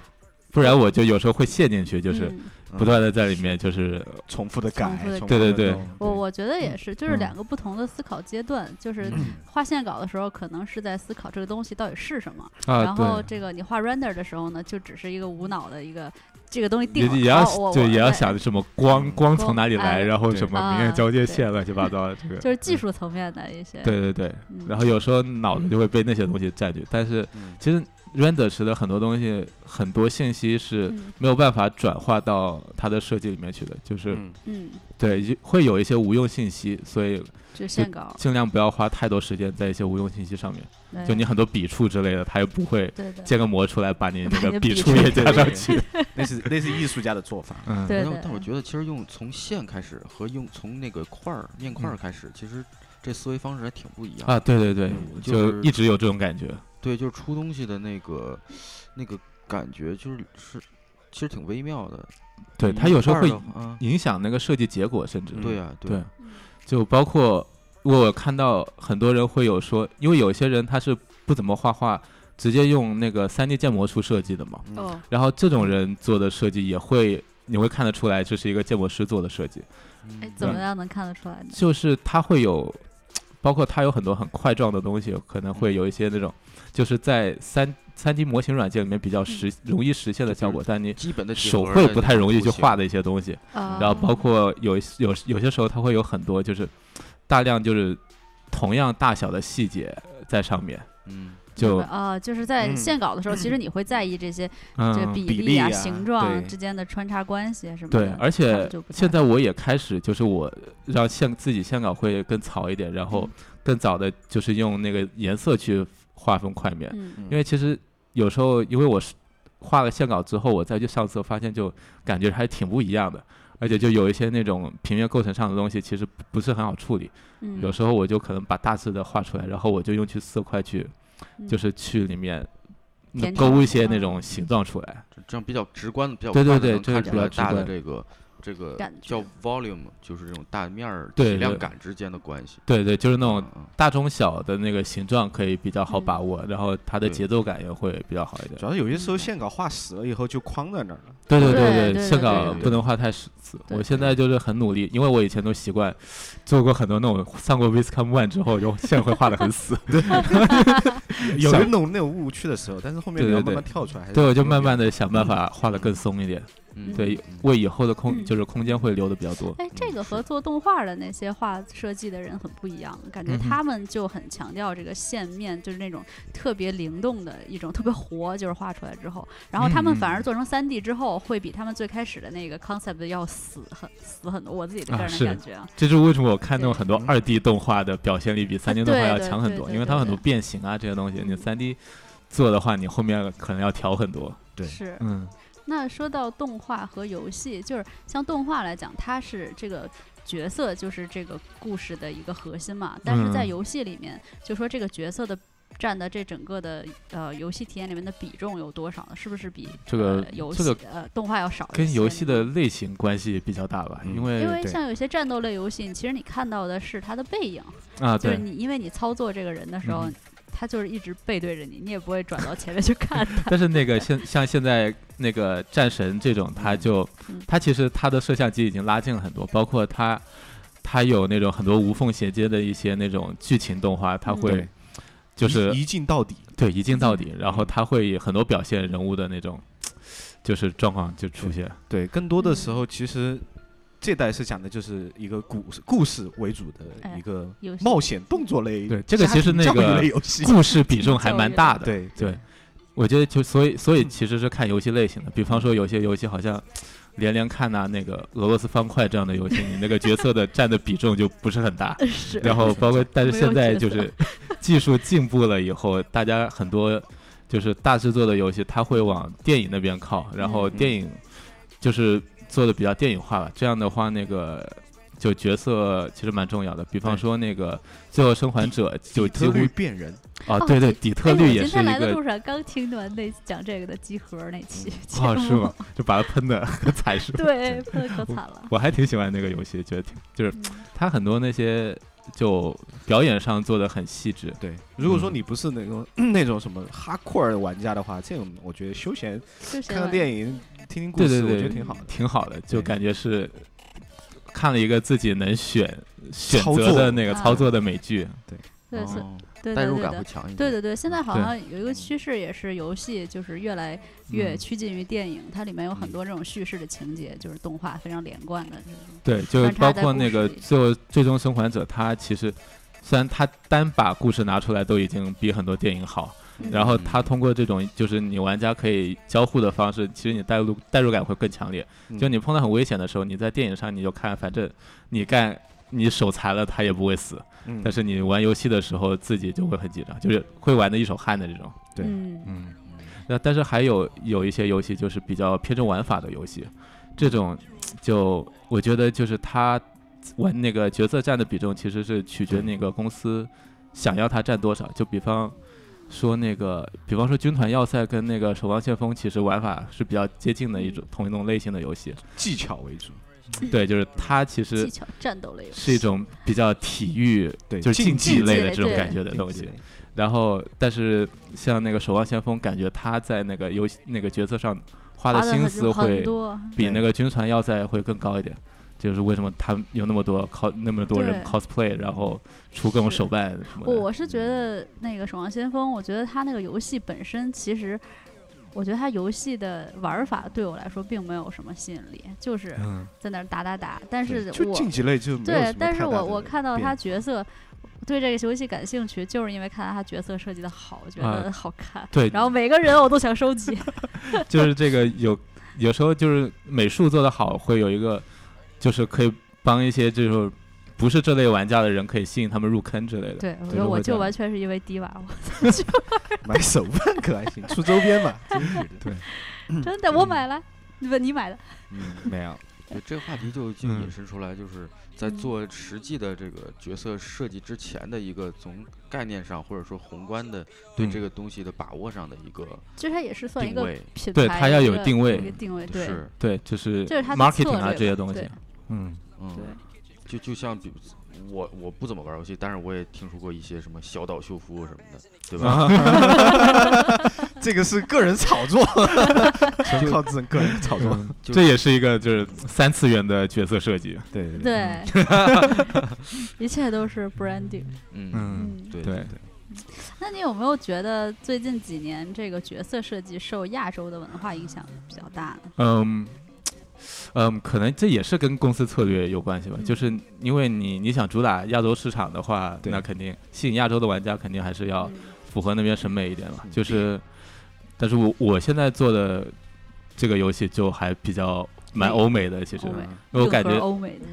Speaker 4: 不然我就有时候会陷进去，就是
Speaker 2: 嗯
Speaker 1: 嗯
Speaker 4: 不断的在里面就是
Speaker 1: 重复的改
Speaker 2: 重复地，
Speaker 1: 重地
Speaker 4: 改对对对
Speaker 1: 弄
Speaker 2: 我我觉得也是，就是
Speaker 4: 嗯
Speaker 2: 两个不同的思考阶段。 就是画线稿的时候，可能是在思考这个东西到底是什么；
Speaker 4: 啊，
Speaker 2: 嗯然后
Speaker 4: 对，
Speaker 2: 这个你画 render 的时候呢，就只是一个无脑的一个这个东西
Speaker 4: 也
Speaker 2: 定了，
Speaker 4: 也要
Speaker 2: 好哦我
Speaker 4: 就
Speaker 2: 我
Speaker 4: 也要
Speaker 2: 对
Speaker 4: 想什么光
Speaker 2: 光
Speaker 4: 光从哪里
Speaker 2: 哎
Speaker 4: 来，然后
Speaker 1: 对
Speaker 4: 什么
Speaker 2: 啊
Speaker 4: 明面交界
Speaker 2: 对
Speaker 4: 线乱七八糟的这个，
Speaker 2: 就是技术层面的一些。
Speaker 4: 嗯对对对，
Speaker 2: 嗯，
Speaker 4: 然后有时候脑子就会被那些东西占据，但是
Speaker 1: 嗯
Speaker 4: 其实 render 时的很多东西，很多信息是
Speaker 2: 嗯
Speaker 4: 没有办法转化到它的设计里面去的，就是
Speaker 1: 嗯
Speaker 2: 嗯，
Speaker 4: 对一会有一些无用信息，所以
Speaker 2: 就线稿，
Speaker 4: 尽量不要花太多时间在一些无用信息上面，
Speaker 2: 对
Speaker 4: 就你很多笔触之类的，它也不会
Speaker 2: 对的，
Speaker 4: 建个模出来把你那
Speaker 2: 把你
Speaker 4: 个
Speaker 2: 的
Speaker 4: 笔
Speaker 2: 笔
Speaker 4: 触
Speaker 2: 触
Speaker 4: 也加上去，
Speaker 1: 去，那是那是艺术家的做法。
Speaker 4: 嗯，
Speaker 2: 对
Speaker 3: 但我
Speaker 2: 对
Speaker 3: 但我觉得其实用从线开始和用从那个块儿面块儿
Speaker 4: 嗯
Speaker 3: 开始，其实这思维方式还挺不一样
Speaker 4: 啊，
Speaker 3: 的。
Speaker 4: 对对对，
Speaker 3: 嗯就
Speaker 4: 就是一直有这种感觉，
Speaker 3: 对，就是出东西的那个那个感觉，就是是其实挺微妙的。
Speaker 4: 对，
Speaker 3: 你
Speaker 4: 它
Speaker 3: 一
Speaker 4: 有时候
Speaker 3: 块儿
Speaker 4: 会
Speaker 3: 的话啊，
Speaker 4: 影响那个设计结果，甚至
Speaker 1: 嗯
Speaker 3: 对啊，
Speaker 4: 对
Speaker 3: 啊，
Speaker 2: 嗯
Speaker 4: 就包括我看到很多人会有说，因为有些人他是不怎么画画，直接用那个3 D 建模出设计的嘛，
Speaker 1: 嗯
Speaker 2: 哦，
Speaker 4: 然后这种人做的设计也会。你会看得出来，这是一个建模师做的设计，
Speaker 2: 哎
Speaker 1: 嗯，
Speaker 2: 怎么样能看得出来呢？
Speaker 4: 就是他会有，包括他有很多很块状的东西，可能会有一些那种，就是在三三 D 模型软件里面比较实容易实现的效果，但你
Speaker 3: 基本的几
Speaker 4: 手
Speaker 3: 何
Speaker 4: 绘
Speaker 3: 的
Speaker 4: 不太容易去
Speaker 3: 图形
Speaker 4: 画的一些东西。
Speaker 2: 然
Speaker 4: 然后包括有一些有有些时候它会有很多就是大量就是同样大小的细节在上面，
Speaker 3: 嗯，
Speaker 4: 就
Speaker 2: 啊，就是在
Speaker 1: 嗯
Speaker 2: 线稿的时候，其实你会在意这些这
Speaker 4: 嗯
Speaker 2: 比
Speaker 1: 比
Speaker 2: 例啊、
Speaker 1: 例啊
Speaker 2: 形状
Speaker 1: 对
Speaker 2: 之间的穿插关系什么的。
Speaker 4: 对，而
Speaker 2: 他
Speaker 4: 且
Speaker 2: 们就不太
Speaker 4: 现在我也开始就是我让线自己线稿会更草一点，然后
Speaker 2: 嗯
Speaker 4: 更早的就是用那个颜色去划分块面，
Speaker 2: 嗯
Speaker 4: 因为其实有时候因为我是画了线稿之后，我再去上色，发现就感觉还挺不一样的。而且就有一些那种平面构成上的东西，其实不不是很好处理。
Speaker 2: 嗯，
Speaker 4: 有时候我就可能把大致的画出来，然后我就用去色块去，
Speaker 2: 嗯
Speaker 4: 就是去里面
Speaker 2: 填充
Speaker 4: 勾一些那
Speaker 2: 嗯
Speaker 4: 种形状出来。
Speaker 3: 这这样比较直观的，比较
Speaker 4: 对对
Speaker 3: 快地
Speaker 4: 对
Speaker 3: 能
Speaker 4: 这
Speaker 3: 看
Speaker 4: 个
Speaker 3: 出
Speaker 4: 比较
Speaker 3: 来
Speaker 4: 直
Speaker 3: 大的
Speaker 4: 观
Speaker 3: 这个这个
Speaker 2: 感
Speaker 3: 叫
Speaker 2: 觉
Speaker 3: volume，就是这种大面儿
Speaker 4: 对
Speaker 3: 体量
Speaker 4: 对哦
Speaker 3: 感之间的关系。
Speaker 4: 对对，就是那
Speaker 3: 嗯
Speaker 4: 种
Speaker 3: 嗯
Speaker 4: 大中小的那个形状可以比较好
Speaker 2: 嗯
Speaker 4: 把握，然后它的
Speaker 3: 对
Speaker 4: 节奏感也会比较好一
Speaker 1: 主
Speaker 4: 点。
Speaker 1: 要是有些时候线稿画死了以后就框在那儿了。
Speaker 4: 对对
Speaker 2: 对对对
Speaker 4: 对，线
Speaker 2: 对
Speaker 4: 稿
Speaker 3: 对
Speaker 4: 不能画太死。
Speaker 2: 对
Speaker 4: 我现在就是很努力，因为我以前都习惯做过很多那种上过 Viscom One 之后，就线会画的 很死。
Speaker 1: 有
Speaker 4: 小
Speaker 1: 那种那种误区的时候，但是后面
Speaker 4: 对
Speaker 1: 你要
Speaker 4: 对
Speaker 1: 慢慢跳出来。还是
Speaker 4: 对，我就
Speaker 1: 挺有
Speaker 4: 慢
Speaker 1: 必
Speaker 4: 慢的想办法画的更松一点，
Speaker 3: 嗯
Speaker 4: 对
Speaker 3: 嗯，
Speaker 4: 为以后的空
Speaker 2: 嗯
Speaker 4: 就是空间会留的比较多。
Speaker 2: 哎，这个和做动画的那些画设计的人很不一样，感觉
Speaker 4: 嗯哼
Speaker 2: 他们就很强调这个线面，就是那种特别灵动的一种，特别活，就是画出来之后，然后他们反而
Speaker 4: 嗯嗯
Speaker 2: 做成三 D 之后，会比他们最开始的那个 concept 要死很死很多。我自己个
Speaker 4: 啊
Speaker 2: 人的
Speaker 4: 是
Speaker 2: 感觉啊，
Speaker 4: 这就是为什么我看那种
Speaker 2: 对
Speaker 4: 很多二 D 动画的表现力比三 D
Speaker 2: 啊
Speaker 4: 动画
Speaker 2: 对
Speaker 4: 要
Speaker 2: 对
Speaker 4: 强
Speaker 2: 对
Speaker 4: 很多，
Speaker 2: 对
Speaker 4: 因为
Speaker 2: 对
Speaker 4: 它很
Speaker 2: 对
Speaker 4: 多变形啊这些东西，你
Speaker 2: 嗯
Speaker 4: 三 D 做的话，你后面可能要调很多。
Speaker 1: 对
Speaker 2: 是。
Speaker 4: 嗯，
Speaker 2: 那说到动画和游戏，就是像动画来讲，它是这个角色就是这个故事的一个核心嘛。但是在
Speaker 4: 嗯
Speaker 2: 游戏里面，就说这个角色的占的这整个的呃游戏体验里面的比重有多少呢？是不是比
Speaker 4: 这个
Speaker 2: 呃游戏
Speaker 4: 这个
Speaker 2: 呃动画要少一些呢？
Speaker 4: 跟游戏的类型关系比较大吧，
Speaker 3: 嗯
Speaker 4: 因为
Speaker 2: 因为
Speaker 4: 对
Speaker 2: 像有些战斗类游戏，其实你看到的是他的背影，
Speaker 4: 啊，
Speaker 2: 就是
Speaker 4: 对，
Speaker 2: 你因为你操作这个人的时候
Speaker 4: 嗯，
Speaker 2: 他就是一直背对着你，你也不会转到前面去看 他。
Speaker 4: 但是那个现像现在那个战神这种，它就
Speaker 2: 嗯
Speaker 4: 它其实它的摄像机已经拉近了很多，包括它它有那种很多无缝衔接的一些那种剧情动画，它
Speaker 2: 嗯
Speaker 4: 会就是
Speaker 1: 一一镜到底，
Speaker 4: 对一镜到底，然后它会以很多表现人物的那种就是状况就出现。
Speaker 1: 对，更多的时候其实这代是讲的就是一个故事故事为主的
Speaker 2: 哎
Speaker 1: 一个
Speaker 2: 游戏
Speaker 1: 冒险动作类，
Speaker 4: 对这个其实那
Speaker 1: 家庭教育
Speaker 4: 个
Speaker 1: 类游戏，
Speaker 4: 故事比重还蛮大的，
Speaker 1: 对
Speaker 4: 对，我觉得就所以所以其实是看游戏类型的，比方说有些游戏好像连连看呐、那个俄罗斯方块这样的游戏，你那个角色的占的比重就不是 很大。
Speaker 2: 是，
Speaker 4: 然后包括但 是
Speaker 2: 没有
Speaker 4: 现在
Speaker 2: 角
Speaker 4: 就
Speaker 2: 色
Speaker 4: 是技术进步了以后，大家很多就是大制作的游戏，它会往电影那边靠，然后
Speaker 1: 嗯
Speaker 4: 电影就是做的比较电影化了。这样的话，那个。就角色其实蛮重要的，比方
Speaker 1: 对
Speaker 4: 说那个《最后生还者》就几
Speaker 1: 特律
Speaker 4: 乎
Speaker 1: 变人，
Speaker 4: 啊，
Speaker 2: 哦
Speaker 4: 对对，底特
Speaker 2: 哎
Speaker 4: 律
Speaker 2: 我
Speaker 4: 也
Speaker 2: 今
Speaker 4: 是
Speaker 2: 天
Speaker 4: 一
Speaker 2: 来的
Speaker 4: 个啊
Speaker 2: 路上刚听到那讲这个的集合那 期节目，
Speaker 4: 哦，是 吗？就把它喷的很惨是吗？
Speaker 2: 对，喷的可惨了。
Speaker 4: 我还挺喜欢那个游戏，觉得挺就是
Speaker 2: 嗯
Speaker 4: 它很多那些就表演上做的很细致。
Speaker 1: 对，如果说
Speaker 4: 嗯
Speaker 1: 你不是那种 那种什么哈库尔玩家的话，这种我觉得休闲
Speaker 2: 就
Speaker 1: 看看
Speaker 2: 影，
Speaker 1: 电影、听听故
Speaker 4: 对
Speaker 1: 事，
Speaker 4: 对
Speaker 1: 我
Speaker 4: 对，
Speaker 1: 觉得挺好的。
Speaker 4: 挺好的，
Speaker 1: 对
Speaker 4: 就感觉是看了一个自己能选选
Speaker 1: 操
Speaker 4: 择
Speaker 1: 作
Speaker 4: 的那个
Speaker 2: 啊
Speaker 4: 操作的美剧。
Speaker 2: 对对
Speaker 3: 哦
Speaker 2: 对
Speaker 3: 代
Speaker 2: 对
Speaker 3: 入
Speaker 2: 对
Speaker 3: 感会
Speaker 2: 的。
Speaker 3: 强一点。
Speaker 2: 对对对，现在好
Speaker 4: 对
Speaker 2: 像有一个趋势，也是游戏就是越来越
Speaker 4: 嗯
Speaker 2: 趋近于电影，它里面有很
Speaker 3: 嗯
Speaker 2: 多这种叙事的情节，就是动画非常连贯的这种。
Speaker 4: 对，就
Speaker 2: 穿插
Speaker 4: 包
Speaker 2: 在
Speaker 4: 括
Speaker 2: 故事
Speaker 4: 那个
Speaker 2: 里
Speaker 4: 最后最终生还者，他其实虽然他单把故事拿出来都已经比很多电影好，
Speaker 2: 嗯
Speaker 4: 然后他通过这种就是你玩家可以交互的方式，其实你代入代入感会更强烈。
Speaker 1: 嗯
Speaker 4: 就你碰到很危险的时候，你在电影上你就看，反正你干你手残了他也不会死，
Speaker 1: 嗯
Speaker 4: 但是你玩游戏的时候自己就会很紧张，就是会玩的一手汗的这种。
Speaker 1: 对
Speaker 2: 嗯，
Speaker 4: 嗯，那但是还有有一些游戏就是比较偏重玩法的游戏，这种就我觉得就是它玩那个角色占的比重其实是取决那个公司想要它占多少。就比方说那个，比方说军团要塞跟那个守望先锋，其实玩法是比较接近的一种同一种类型的游戏。
Speaker 1: 技巧为主，
Speaker 4: 对，就是它其
Speaker 2: 嗯
Speaker 4: 实
Speaker 2: 技巧战斗类游戏
Speaker 4: 是一种比较体育
Speaker 1: 对，
Speaker 4: 就是竞技
Speaker 2: 技
Speaker 4: 类
Speaker 2: 类
Speaker 4: 的这种
Speaker 2: 对
Speaker 4: 感觉的
Speaker 1: 竞
Speaker 4: 东
Speaker 1: 技
Speaker 4: 西
Speaker 1: 类。
Speaker 4: 然后，但是像那个《守望先锋》，感觉他在那个游戏那个角色上花
Speaker 2: 花
Speaker 4: 的
Speaker 2: 的
Speaker 4: 心思
Speaker 2: 很
Speaker 4: 会
Speaker 2: 多，
Speaker 4: 比那个军团要塞会更高一点。就是为什么他们有那么多 cos 那么多
Speaker 2: 对
Speaker 4: 人 cosplay，然后出各种
Speaker 2: 是
Speaker 4: 手办什么的。
Speaker 2: 我是觉得那个《守望先锋》，我觉得它那个游戏本身其实，我觉得它游戏的玩法对我来说并没有什么吸引力，就是
Speaker 4: 嗯，
Speaker 2: 在那儿打打打。但是
Speaker 1: 对就
Speaker 2: 我
Speaker 1: 竞技类就没有什
Speaker 2: 对
Speaker 1: 么，
Speaker 2: 但是
Speaker 1: 太大
Speaker 2: 我
Speaker 1: 的
Speaker 2: 我看到
Speaker 1: 变
Speaker 2: 他
Speaker 1: 化
Speaker 2: 角色对这个游戏感兴趣，就是因为看到他角色设计的好，我觉
Speaker 4: 啊
Speaker 2: 得好看。
Speaker 4: 对，
Speaker 2: 然后每个人我都想收集，
Speaker 4: 就是这个有有时候就是美术做得好，会有一个就是可以帮一些这种不是这类玩家的人，可以吸引他们入坑之类的。
Speaker 2: 对，我
Speaker 4: 对
Speaker 2: 觉得
Speaker 4: 都
Speaker 2: 我
Speaker 4: 会这
Speaker 2: 就
Speaker 4: 样
Speaker 2: 完全是因为迪娃娃，
Speaker 1: 买手办可还行，出周边吧，真是的。
Speaker 2: 真的我买了，你不你买的，
Speaker 1: 嗯，没有，
Speaker 3: 对，这个话题就就
Speaker 4: 嗯
Speaker 3: 引申出来，就是在
Speaker 2: 嗯
Speaker 3: 做实际的这个角色设计之前的一个从概念上，或者说宏观的对
Speaker 4: 嗯
Speaker 3: 这个东西的把握上的一个
Speaker 2: 其实它也是算一
Speaker 3: 定
Speaker 2: 个
Speaker 3: 位，
Speaker 2: 品牌，
Speaker 4: 对它要有
Speaker 2: 一个
Speaker 4: 定位
Speaker 2: 一个定位对。
Speaker 3: 是
Speaker 4: 对，就是
Speaker 2: 这是他的策
Speaker 4: marketing
Speaker 2: 略
Speaker 4: 啊
Speaker 2: 吧
Speaker 4: 这些东西
Speaker 2: 对。
Speaker 4: 嗯。
Speaker 3: 嗯
Speaker 2: 对，
Speaker 3: 就就像比我我不怎么玩游戏，但是我也听说过一些什么小岛秀夫什么的，对吧？
Speaker 4: 啊
Speaker 1: 这个是个人炒 作，全靠自己个人炒作。
Speaker 4: 嗯
Speaker 3: 就
Speaker 4: 这也是一个就是三次元的角色设计。
Speaker 1: 对对，
Speaker 2: 对， 一切都是 branding。
Speaker 3: 嗯，
Speaker 2: 嗯，
Speaker 3: 对
Speaker 4: 对
Speaker 2: 那你有没有觉得最近几年这个角色设计受亚洲的文化影响比较大呢？
Speaker 4: 嗯嗯，可能这也是跟公司策略有关系吧。
Speaker 2: 嗯
Speaker 4: 就是因为你你想主打亚洲市场的话，
Speaker 1: 对
Speaker 4: 那肯定吸引亚洲的玩家，肯定还是要
Speaker 2: 嗯
Speaker 4: 符合那边审美一点嘛。
Speaker 1: 嗯
Speaker 4: 就是，但是我我现在做的这个游戏就还比较蛮欧美的，其实
Speaker 2: 欧美
Speaker 4: 因为我感觉
Speaker 2: 硬核欧美的，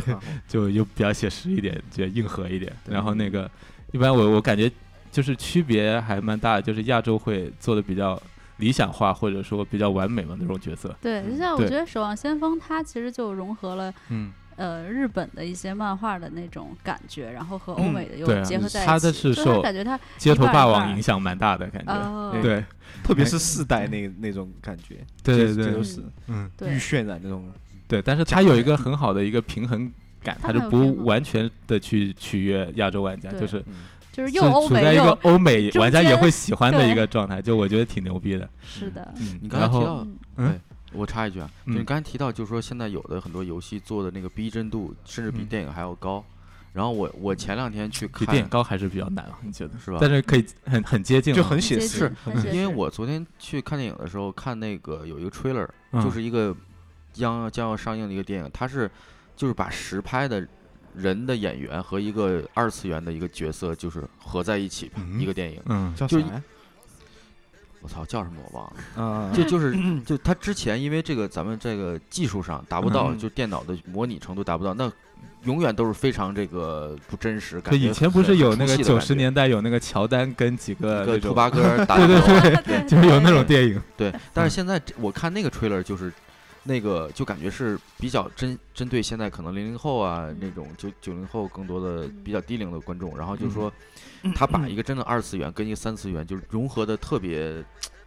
Speaker 4: 对，就又比较写实一点，就硬核一点。
Speaker 1: 对
Speaker 4: 然后那个，一般我我感觉就是区别还蛮大的，就是亚洲会做的比较理想化，或者说比较完美嘛那种角色。
Speaker 2: 对，就像我
Speaker 4: 嗯对
Speaker 2: 觉得《守望先锋》它其实就融合了
Speaker 4: 嗯，
Speaker 2: 呃日本的一些漫画的那种感觉，然后和欧
Speaker 4: 嗯
Speaker 2: 美的
Speaker 4: 对
Speaker 2: 又
Speaker 4: 啊
Speaker 2: 结合在一起，
Speaker 4: 它的是
Speaker 2: 所以它
Speaker 4: 受
Speaker 2: 感觉它
Speaker 4: 街头
Speaker 2: 一半
Speaker 4: 霸
Speaker 2: 一
Speaker 4: 王
Speaker 2: 半
Speaker 4: 影响蛮大的感觉。
Speaker 2: 哦，
Speaker 4: 对
Speaker 1: 特别是四代那那种感觉，
Speaker 4: 对
Speaker 1: 这这
Speaker 4: 对对
Speaker 1: 就
Speaker 2: 嗯，
Speaker 1: 是
Speaker 4: 嗯，
Speaker 1: 预
Speaker 2: 对，
Speaker 1: 渲染那种
Speaker 4: 对，但是它有一个很好的一个平衡感，
Speaker 2: 它
Speaker 4: 它就
Speaker 2: 很有平
Speaker 4: 不
Speaker 2: 衡
Speaker 4: 完全的去取悦亚洲玩家，
Speaker 2: 对
Speaker 4: 就是
Speaker 2: 就是又
Speaker 4: 是
Speaker 2: 欧
Speaker 4: 处在
Speaker 2: 美
Speaker 4: 一个
Speaker 2: 又
Speaker 4: 欧美
Speaker 2: 中
Speaker 4: 玩家也
Speaker 2: 间
Speaker 4: 会喜欢的一
Speaker 2: 对
Speaker 4: 个状态，就我觉得挺牛逼的。
Speaker 2: 是的，
Speaker 4: 嗯，
Speaker 3: 你刚才
Speaker 4: 然
Speaker 3: 提
Speaker 4: 后
Speaker 3: 到，
Speaker 4: 嗯
Speaker 3: 对，我插一句啊，就
Speaker 4: 嗯
Speaker 3: 你刚才提到，就是说现在有的很多游戏做的那个逼真度，甚至比
Speaker 4: 嗯
Speaker 3: 电影还要高。然后我我前两天去
Speaker 4: 比电影
Speaker 3: 看，
Speaker 4: 高还是比较难啊，你觉得？
Speaker 3: 是吧
Speaker 4: 但是可以很很接近了，啊
Speaker 1: 就很写
Speaker 2: 接近
Speaker 1: 实，
Speaker 2: 很
Speaker 4: 嗯
Speaker 2: 写
Speaker 3: 因为
Speaker 2: 实
Speaker 3: 我昨天去看电影的时候，看那个有一个 trailer，
Speaker 4: 嗯
Speaker 3: 就是一个将将要上映的一个电影，它是就是把实拍的人的演员和一个二次元的一个角色就是合在一起拍
Speaker 4: 嗯
Speaker 3: 一个电影。
Speaker 4: 嗯
Speaker 1: 叫啥
Speaker 3: 就
Speaker 1: 呀？
Speaker 3: 我操，叫什么我忘了。
Speaker 4: 嗯
Speaker 1: 啊，
Speaker 3: 就 就是就他之前因为这个咱们这个技术上达不到，
Speaker 1: 嗯
Speaker 3: 就电脑的模拟程度达不到，那永远都是非常这个不真实感
Speaker 4: 可
Speaker 3: 觉。
Speaker 4: 以前不是有那个九十
Speaker 3: 年
Speaker 4: 年代有那个乔丹跟几个那
Speaker 3: 个
Speaker 4: 种
Speaker 3: 兔八哥 儿打
Speaker 4: 对对
Speaker 3: 篮球
Speaker 4: 对，
Speaker 2: 对
Speaker 4: 就是有那
Speaker 2: 对
Speaker 4: 种电影，
Speaker 3: 对，但是现在这我看那个 trailer 就是。那个就感觉是比较针针对现在可能零零后啊
Speaker 2: 嗯
Speaker 3: 那种九九零后更多的
Speaker 2: 嗯
Speaker 3: 比较低龄的观众，然后
Speaker 4: 嗯
Speaker 3: 就说他把一个真的二次元跟一个三次元就是融合的特别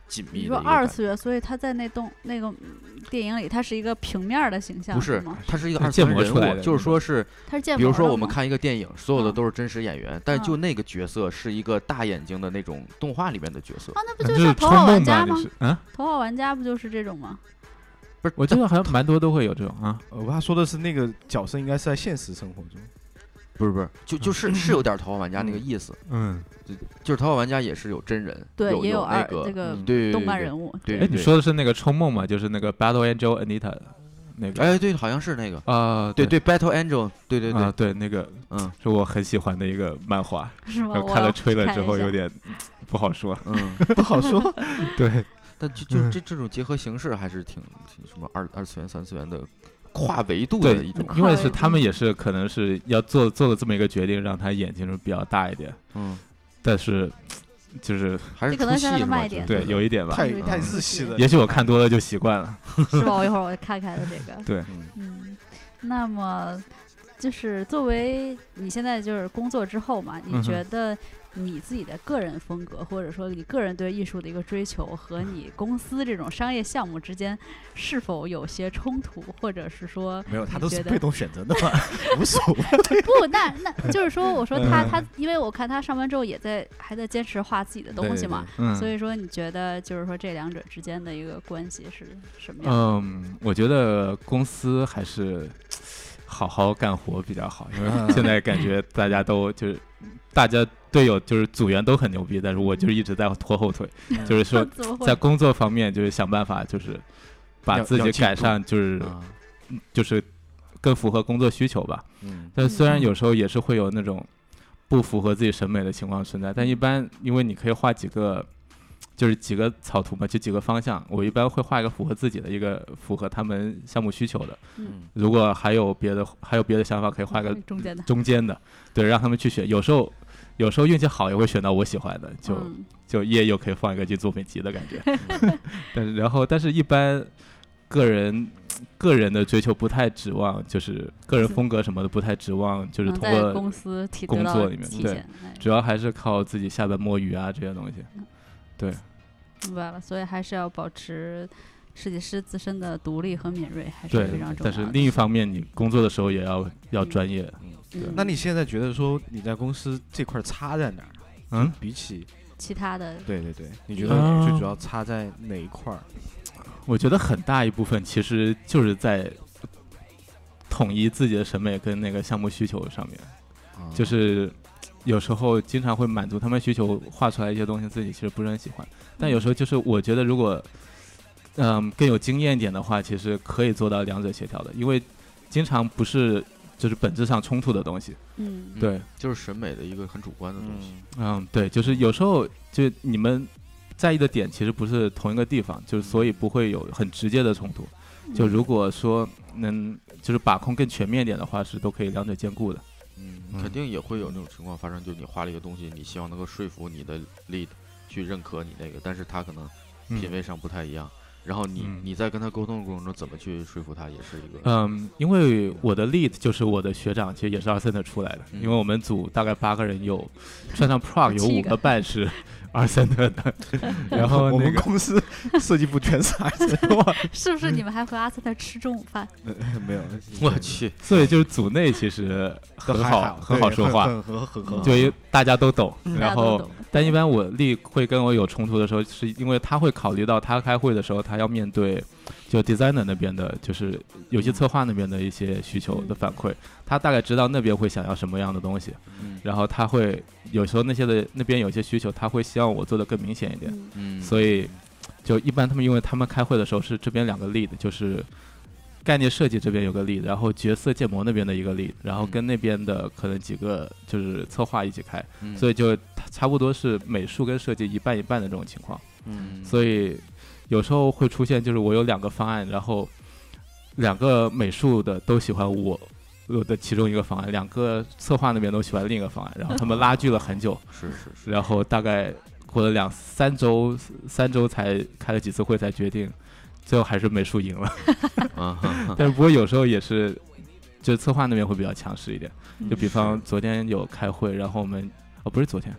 Speaker 3: 紧密的
Speaker 2: 你
Speaker 3: 一
Speaker 2: 说
Speaker 3: 个
Speaker 2: 二
Speaker 3: 感觉
Speaker 2: 次元，所以他在那栋那个嗯电影里，他是一个平面儿的形象，
Speaker 3: 不
Speaker 2: 是
Speaker 3: 是
Speaker 2: 吗？，
Speaker 3: 它是一个
Speaker 4: 它
Speaker 3: 二次
Speaker 4: 建
Speaker 3: 元
Speaker 4: 模
Speaker 3: 人
Speaker 4: 出来的
Speaker 3: 物，就
Speaker 4: 那
Speaker 3: 是说是
Speaker 2: 他是建模
Speaker 3: 比如说
Speaker 2: 的
Speaker 3: 我们
Speaker 2: 吗，
Speaker 3: 看一个电影，所有的
Speaker 2: 嗯
Speaker 3: 都是真实演员，但
Speaker 2: 嗯
Speaker 3: 就那个角色是一个大眼睛的那种动画里面的角色，
Speaker 2: 啊，那不
Speaker 4: 这
Speaker 2: 就是像头
Speaker 4: 冲
Speaker 2: 号玩
Speaker 4: 动
Speaker 2: 家
Speaker 4: 吧？就
Speaker 2: 吗？
Speaker 4: 是啊，
Speaker 2: 头号玩家不就是这种吗？
Speaker 3: 不是
Speaker 4: 我记得好像蛮多都会有这种啊，
Speaker 1: 我他说的是那个角色应该是在现实生活中，
Speaker 3: 不是不是，就
Speaker 2: 嗯
Speaker 3: 就是是 有点《头号玩家》那个
Speaker 1: 嗯
Speaker 3: 意思，
Speaker 4: 嗯，
Speaker 3: 就是《头号玩家》也是有真人，
Speaker 2: 对，
Speaker 3: 有
Speaker 2: 也
Speaker 3: 有那
Speaker 2: 二
Speaker 3: 个
Speaker 2: 这个
Speaker 1: 嗯
Speaker 3: 对
Speaker 2: 动漫人
Speaker 3: 物，
Speaker 2: 物，
Speaker 3: 对
Speaker 4: 哎，你说的是那个冲梦嘛？就是那个 Battle Angel Anita 那个，
Speaker 3: 哎对，好像是那个，
Speaker 4: 啊，
Speaker 3: 对对，Battle Angel，对对
Speaker 4: 啊
Speaker 3: 对，
Speaker 4: 对，那个
Speaker 3: 嗯
Speaker 4: 是我很喜欢的一个漫画，
Speaker 2: 是吗？
Speaker 4: 然后
Speaker 2: 我
Speaker 4: 看了
Speaker 2: 要
Speaker 4: 吹了
Speaker 2: 看
Speaker 4: 之
Speaker 2: 一
Speaker 4: 后
Speaker 2: 下
Speaker 4: 有点嗯不好说，
Speaker 3: 嗯，
Speaker 1: 不好说。
Speaker 4: 对，
Speaker 3: 但就就这这种结合形式还是挺挺什么二二次元、三次元的跨维度的
Speaker 4: 对
Speaker 3: 一种，
Speaker 4: 因为是
Speaker 2: 快
Speaker 4: 他
Speaker 2: 嗯
Speaker 4: 们也是可能是要做做了这么一个决定，让他眼睛是比较大一点，
Speaker 3: 嗯，
Speaker 4: 但是就是
Speaker 3: 还是
Speaker 2: 这可
Speaker 3: 出
Speaker 2: 能
Speaker 3: 戏
Speaker 2: 是它的
Speaker 3: 是吧
Speaker 2: 卖
Speaker 3: 就是
Speaker 2: 点
Speaker 4: 对有一点吧，
Speaker 1: 太
Speaker 2: 有一
Speaker 1: 太
Speaker 3: 点
Speaker 1: 日系了。
Speaker 4: 也许我看多了就习惯了。
Speaker 2: 是吧？我一会儿我看看的这个。
Speaker 4: 对，
Speaker 3: 嗯
Speaker 2: 嗯，那么就是作为你现在就是工作之后嘛，
Speaker 4: 嗯
Speaker 2: 你
Speaker 4: 哼
Speaker 2: 觉得你自己的个人风格，或者说你个人对艺术的一个追求，和你公司这种商业项目之间是否有些冲突，或者是 说
Speaker 1: 没有，他
Speaker 2: 你
Speaker 1: 都
Speaker 2: 觉
Speaker 1: 是
Speaker 2: 得
Speaker 1: 被动选择 的嘛，无所谓。
Speaker 2: 不，那那就是说，我说
Speaker 4: 嗯
Speaker 2: 他他，因为我看他上班之后也在还在坚持画自己的东西嘛，
Speaker 4: 嗯，
Speaker 2: 所以说你觉得就是说这两者之间的一个关系是什么样的？
Speaker 4: 嗯，我觉得公司还是好好干活比较好， 因为
Speaker 1: 嗯
Speaker 4: 现在感觉大家都就是大家队友就是组员都很牛逼，但是我就是一直在拖后腿，就是说
Speaker 2: 怎么
Speaker 4: 在
Speaker 2: 会？
Speaker 4: 工作方面就是想办法就是把
Speaker 1: 要
Speaker 4: 自
Speaker 1: 要
Speaker 4: 己
Speaker 1: 进
Speaker 4: 改
Speaker 1: 步
Speaker 4: 善，就是
Speaker 1: 嗯
Speaker 3: 啊
Speaker 4: 就是更符合工作需求吧。
Speaker 3: 嗯
Speaker 4: 但虽然
Speaker 2: 嗯
Speaker 4: 有时候也是会有那种不符合自己审美的情况存在，但一般因为你可以画几个，就是几个草图嘛，就几个方向。我一般会画一个符合自己的一个符合他们项目需求的。
Speaker 3: 嗯
Speaker 4: 如果还有别的还有别的想法，可以画一个
Speaker 2: 中间的，
Speaker 4: 中间的，对，让他们去选。有时候有时候运气好也会选到我喜欢的，就、
Speaker 2: 嗯
Speaker 4: 就夜又可以放一个进作品集的感觉。 但是然后，但是一般个人个人的追求不太指望，就是个人
Speaker 2: 是
Speaker 4: 风格什么的不太指望，就是
Speaker 2: 能
Speaker 4: 通
Speaker 2: 哦在
Speaker 4: 过
Speaker 2: 公司体
Speaker 4: 工
Speaker 2: 得到
Speaker 4: 作里面
Speaker 2: 体
Speaker 4: 对
Speaker 2: 检，哎
Speaker 4: 主要还是靠自己下班摸鱼啊这些东西。
Speaker 2: 明白了，所以还是要保持设计师自身的独立和敏锐，还是
Speaker 4: 对
Speaker 2: 非常，重要的。
Speaker 4: 但是另一方面，你工作的时候也要要专业。
Speaker 2: 嗯
Speaker 1: 那你现在觉得说你在公司这块差在哪儿？啊
Speaker 4: 嗯，
Speaker 1: 比起
Speaker 2: 其他的
Speaker 1: 对对对，你觉得
Speaker 4: 啊
Speaker 1: 最主要差在哪一块儿？
Speaker 4: 我觉得很大一部分其实就是在统一自己的审美跟那个项目需求上面。
Speaker 1: 啊
Speaker 4: 就是有时候经常会满足他们需求，画出来一些东西自己其实不是很喜欢。但有时候就是我觉得如果嗯更有经验一点的话，其实可以做到两者协调的，因为经常不是就是本质上冲突的东西。
Speaker 2: 嗯，
Speaker 4: 对，
Speaker 3: 就是审美的一个很主观的东西。
Speaker 1: 嗯，
Speaker 4: 嗯，对，就是有时候就你们在意的点其实不是同一个地方，就是所以不会有很直接的冲突。就如果说能就是把控更全面一点的话，是都可以两者兼顾的。
Speaker 3: 嗯，肯定也会有那种情况发生，就你画了一个东西，你希望能够说服你的 lead 去认可你那个，但是他可能品味上不太一样，然后你
Speaker 4: 嗯
Speaker 3: 你在跟他沟通的过程中，怎么去说服他，也是一个
Speaker 4: 嗯，因为我的 lead 就是我的学长，其实也是 a r c e n t 出来的。
Speaker 3: 嗯
Speaker 4: 因为我们组大概八个人有，算上 Prague 有
Speaker 2: 七
Speaker 4: 五
Speaker 2: 个
Speaker 4: 个半是 a r c e n t 的，然后
Speaker 1: 我
Speaker 4: 那
Speaker 1: 们
Speaker 4: 个
Speaker 1: 公司设计部全是孩子，
Speaker 2: 嗯是不是
Speaker 4: 嗯
Speaker 2: 你们还和阿瑟特吃中午饭？
Speaker 1: 呃 没有，
Speaker 3: 我去，
Speaker 4: 所以就是组内其实
Speaker 1: 都
Speaker 4: 很
Speaker 1: 还
Speaker 4: 好，很
Speaker 1: 对
Speaker 4: 好说话，
Speaker 1: 很很很很好
Speaker 4: 就因为大家都懂。
Speaker 2: 嗯大
Speaker 4: 然
Speaker 2: 家都
Speaker 4: 后
Speaker 2: 懂，。
Speaker 4: 但一般我力会跟我有冲突的时候，是因为他会考虑到他开会的时候，他要面对就 designer 那边的，就是游戏策划那边的一些需求的反馈，他大概知道那边会想要什么样的东西。
Speaker 3: 嗯
Speaker 4: 然后他会有时候那些的那边有些需求，他会希望我做的更明显一点，
Speaker 2: 嗯
Speaker 3: 嗯，
Speaker 4: 所以就一般他们因为他们开会的时候是这边两个 lead，就是概念设计这边有个 lead，然后角色建模那边的一个 lead，然后跟那边的可能几个就是策划一起开，
Speaker 3: 嗯
Speaker 4: 所以就差不多是美术跟设计一半一半的这种情况，
Speaker 3: 嗯
Speaker 4: 所以有时候会出现就是我有两个方案，然后两个美术的都喜欢我。我的其中一个方案，两个策划那边都喜欢另一个方案，然后他们拉锯了很久，
Speaker 3: 是是是，
Speaker 4: 然后大概过了两三周，三周才开了几次会才决定，最后还是美术赢了。
Speaker 3: 嗯哼哼
Speaker 4: 但是不过有时候也是，就策划那边会比较强势一点。
Speaker 3: 嗯
Speaker 4: 就比方
Speaker 3: 是
Speaker 4: 昨天有开会，然后我们哦不是昨天，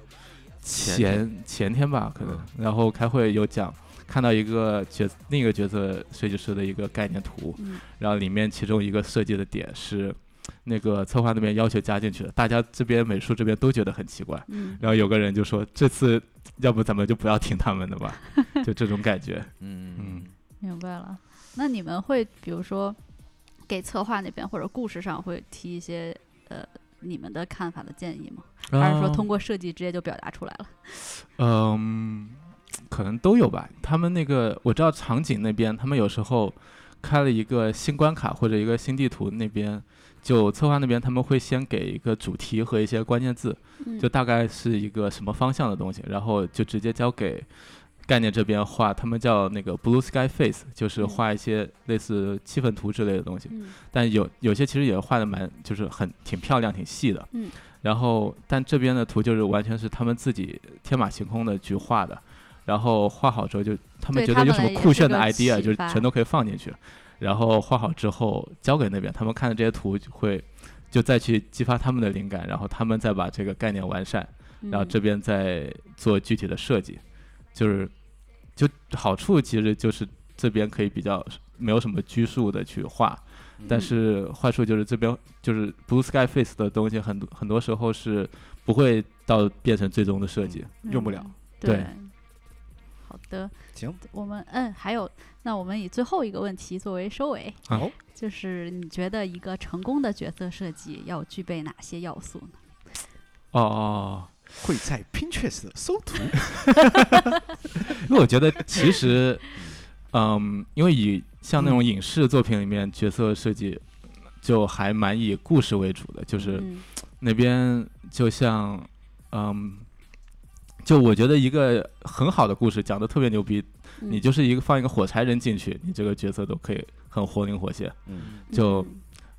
Speaker 3: 前
Speaker 4: 前前天吧可能
Speaker 3: 嗯，
Speaker 4: 然后开会有讲。看到一个角另一个角色设计师的一个概念图，
Speaker 2: 嗯
Speaker 4: 然后里面其中一个设计的点是，那个策划那边要求加进去的，大家这边美术这边都觉得很奇怪，
Speaker 2: 嗯，
Speaker 4: 然后有个人就说：“这次 要不咱们就不要听他们 的吧。”就这种感觉。
Speaker 3: 嗯嗯
Speaker 2: 明白了。那你们会比如说给策划那边或者故事上会提一些呃你们的看法的建议吗？还是说通过设计直接就表达出来了？
Speaker 4: 嗯，可能都有吧。他们那个我知道场景那边，他们有时候开了一个新关卡或者一个新地图，那边就策划那边他们会先给一个主题和一些关键字，
Speaker 2: 嗯
Speaker 4: 就大概是一个什么方向的东西，然后就直接交给。概念这边画，他们叫那个 blue sky face，就是
Speaker 2: 嗯
Speaker 4: 画一些类似气氛图之类的东西。
Speaker 2: 嗯
Speaker 4: 但有有些其实也画的蛮，就是很挺漂亮、挺细的。
Speaker 2: 嗯。
Speaker 4: 然后，但这边的图就是完全是他们自己天马行空的去画的，然后画好之后就他们
Speaker 2: 对
Speaker 4: 觉
Speaker 2: 他
Speaker 4: 得有
Speaker 2: 们
Speaker 4: 什么
Speaker 2: 也
Speaker 4: 酷
Speaker 2: 是
Speaker 4: 炫的
Speaker 2: 个
Speaker 4: idea，
Speaker 2: 启
Speaker 4: 就是
Speaker 2: 发
Speaker 4: 全都可以放进去。然后画好之后交给那边，他们看的这些图就会就再去激发他们的灵感，然后他们再把这个概念完善，
Speaker 2: 嗯
Speaker 4: 然后这边再做具体的设计，就是就好处其实就是这边可以比较没有什么拘束的去画，但是坏处就是这边就是 Blue Sky Face 的东西很多很多时候是不会到变成最终的设计。
Speaker 1: 用不了。
Speaker 2: 嗯
Speaker 4: 对
Speaker 2: 对。好的，
Speaker 1: 行，
Speaker 2: 我们嗯，还有，那我们以最后一个问题作为收尾，
Speaker 4: 啊
Speaker 1: 好，
Speaker 2: 就是你觉得一个成功的角色设计要具备哪些要素呢？
Speaker 4: 哦哦，
Speaker 1: 会在 Pinterest 搜 图，
Speaker 4: 因为我觉得其实，嗯，因为以像那种影视作品里面角色设计，就还蛮以故事为主的，就是
Speaker 2: 嗯
Speaker 4: 那边就像，嗯，就我觉得一个很好的故事讲的特别牛逼，
Speaker 2: 嗯
Speaker 4: 你就是一个放一个火柴人进去，你这个角色都可以很活灵活现。
Speaker 1: 嗯，
Speaker 4: 就
Speaker 2: 嗯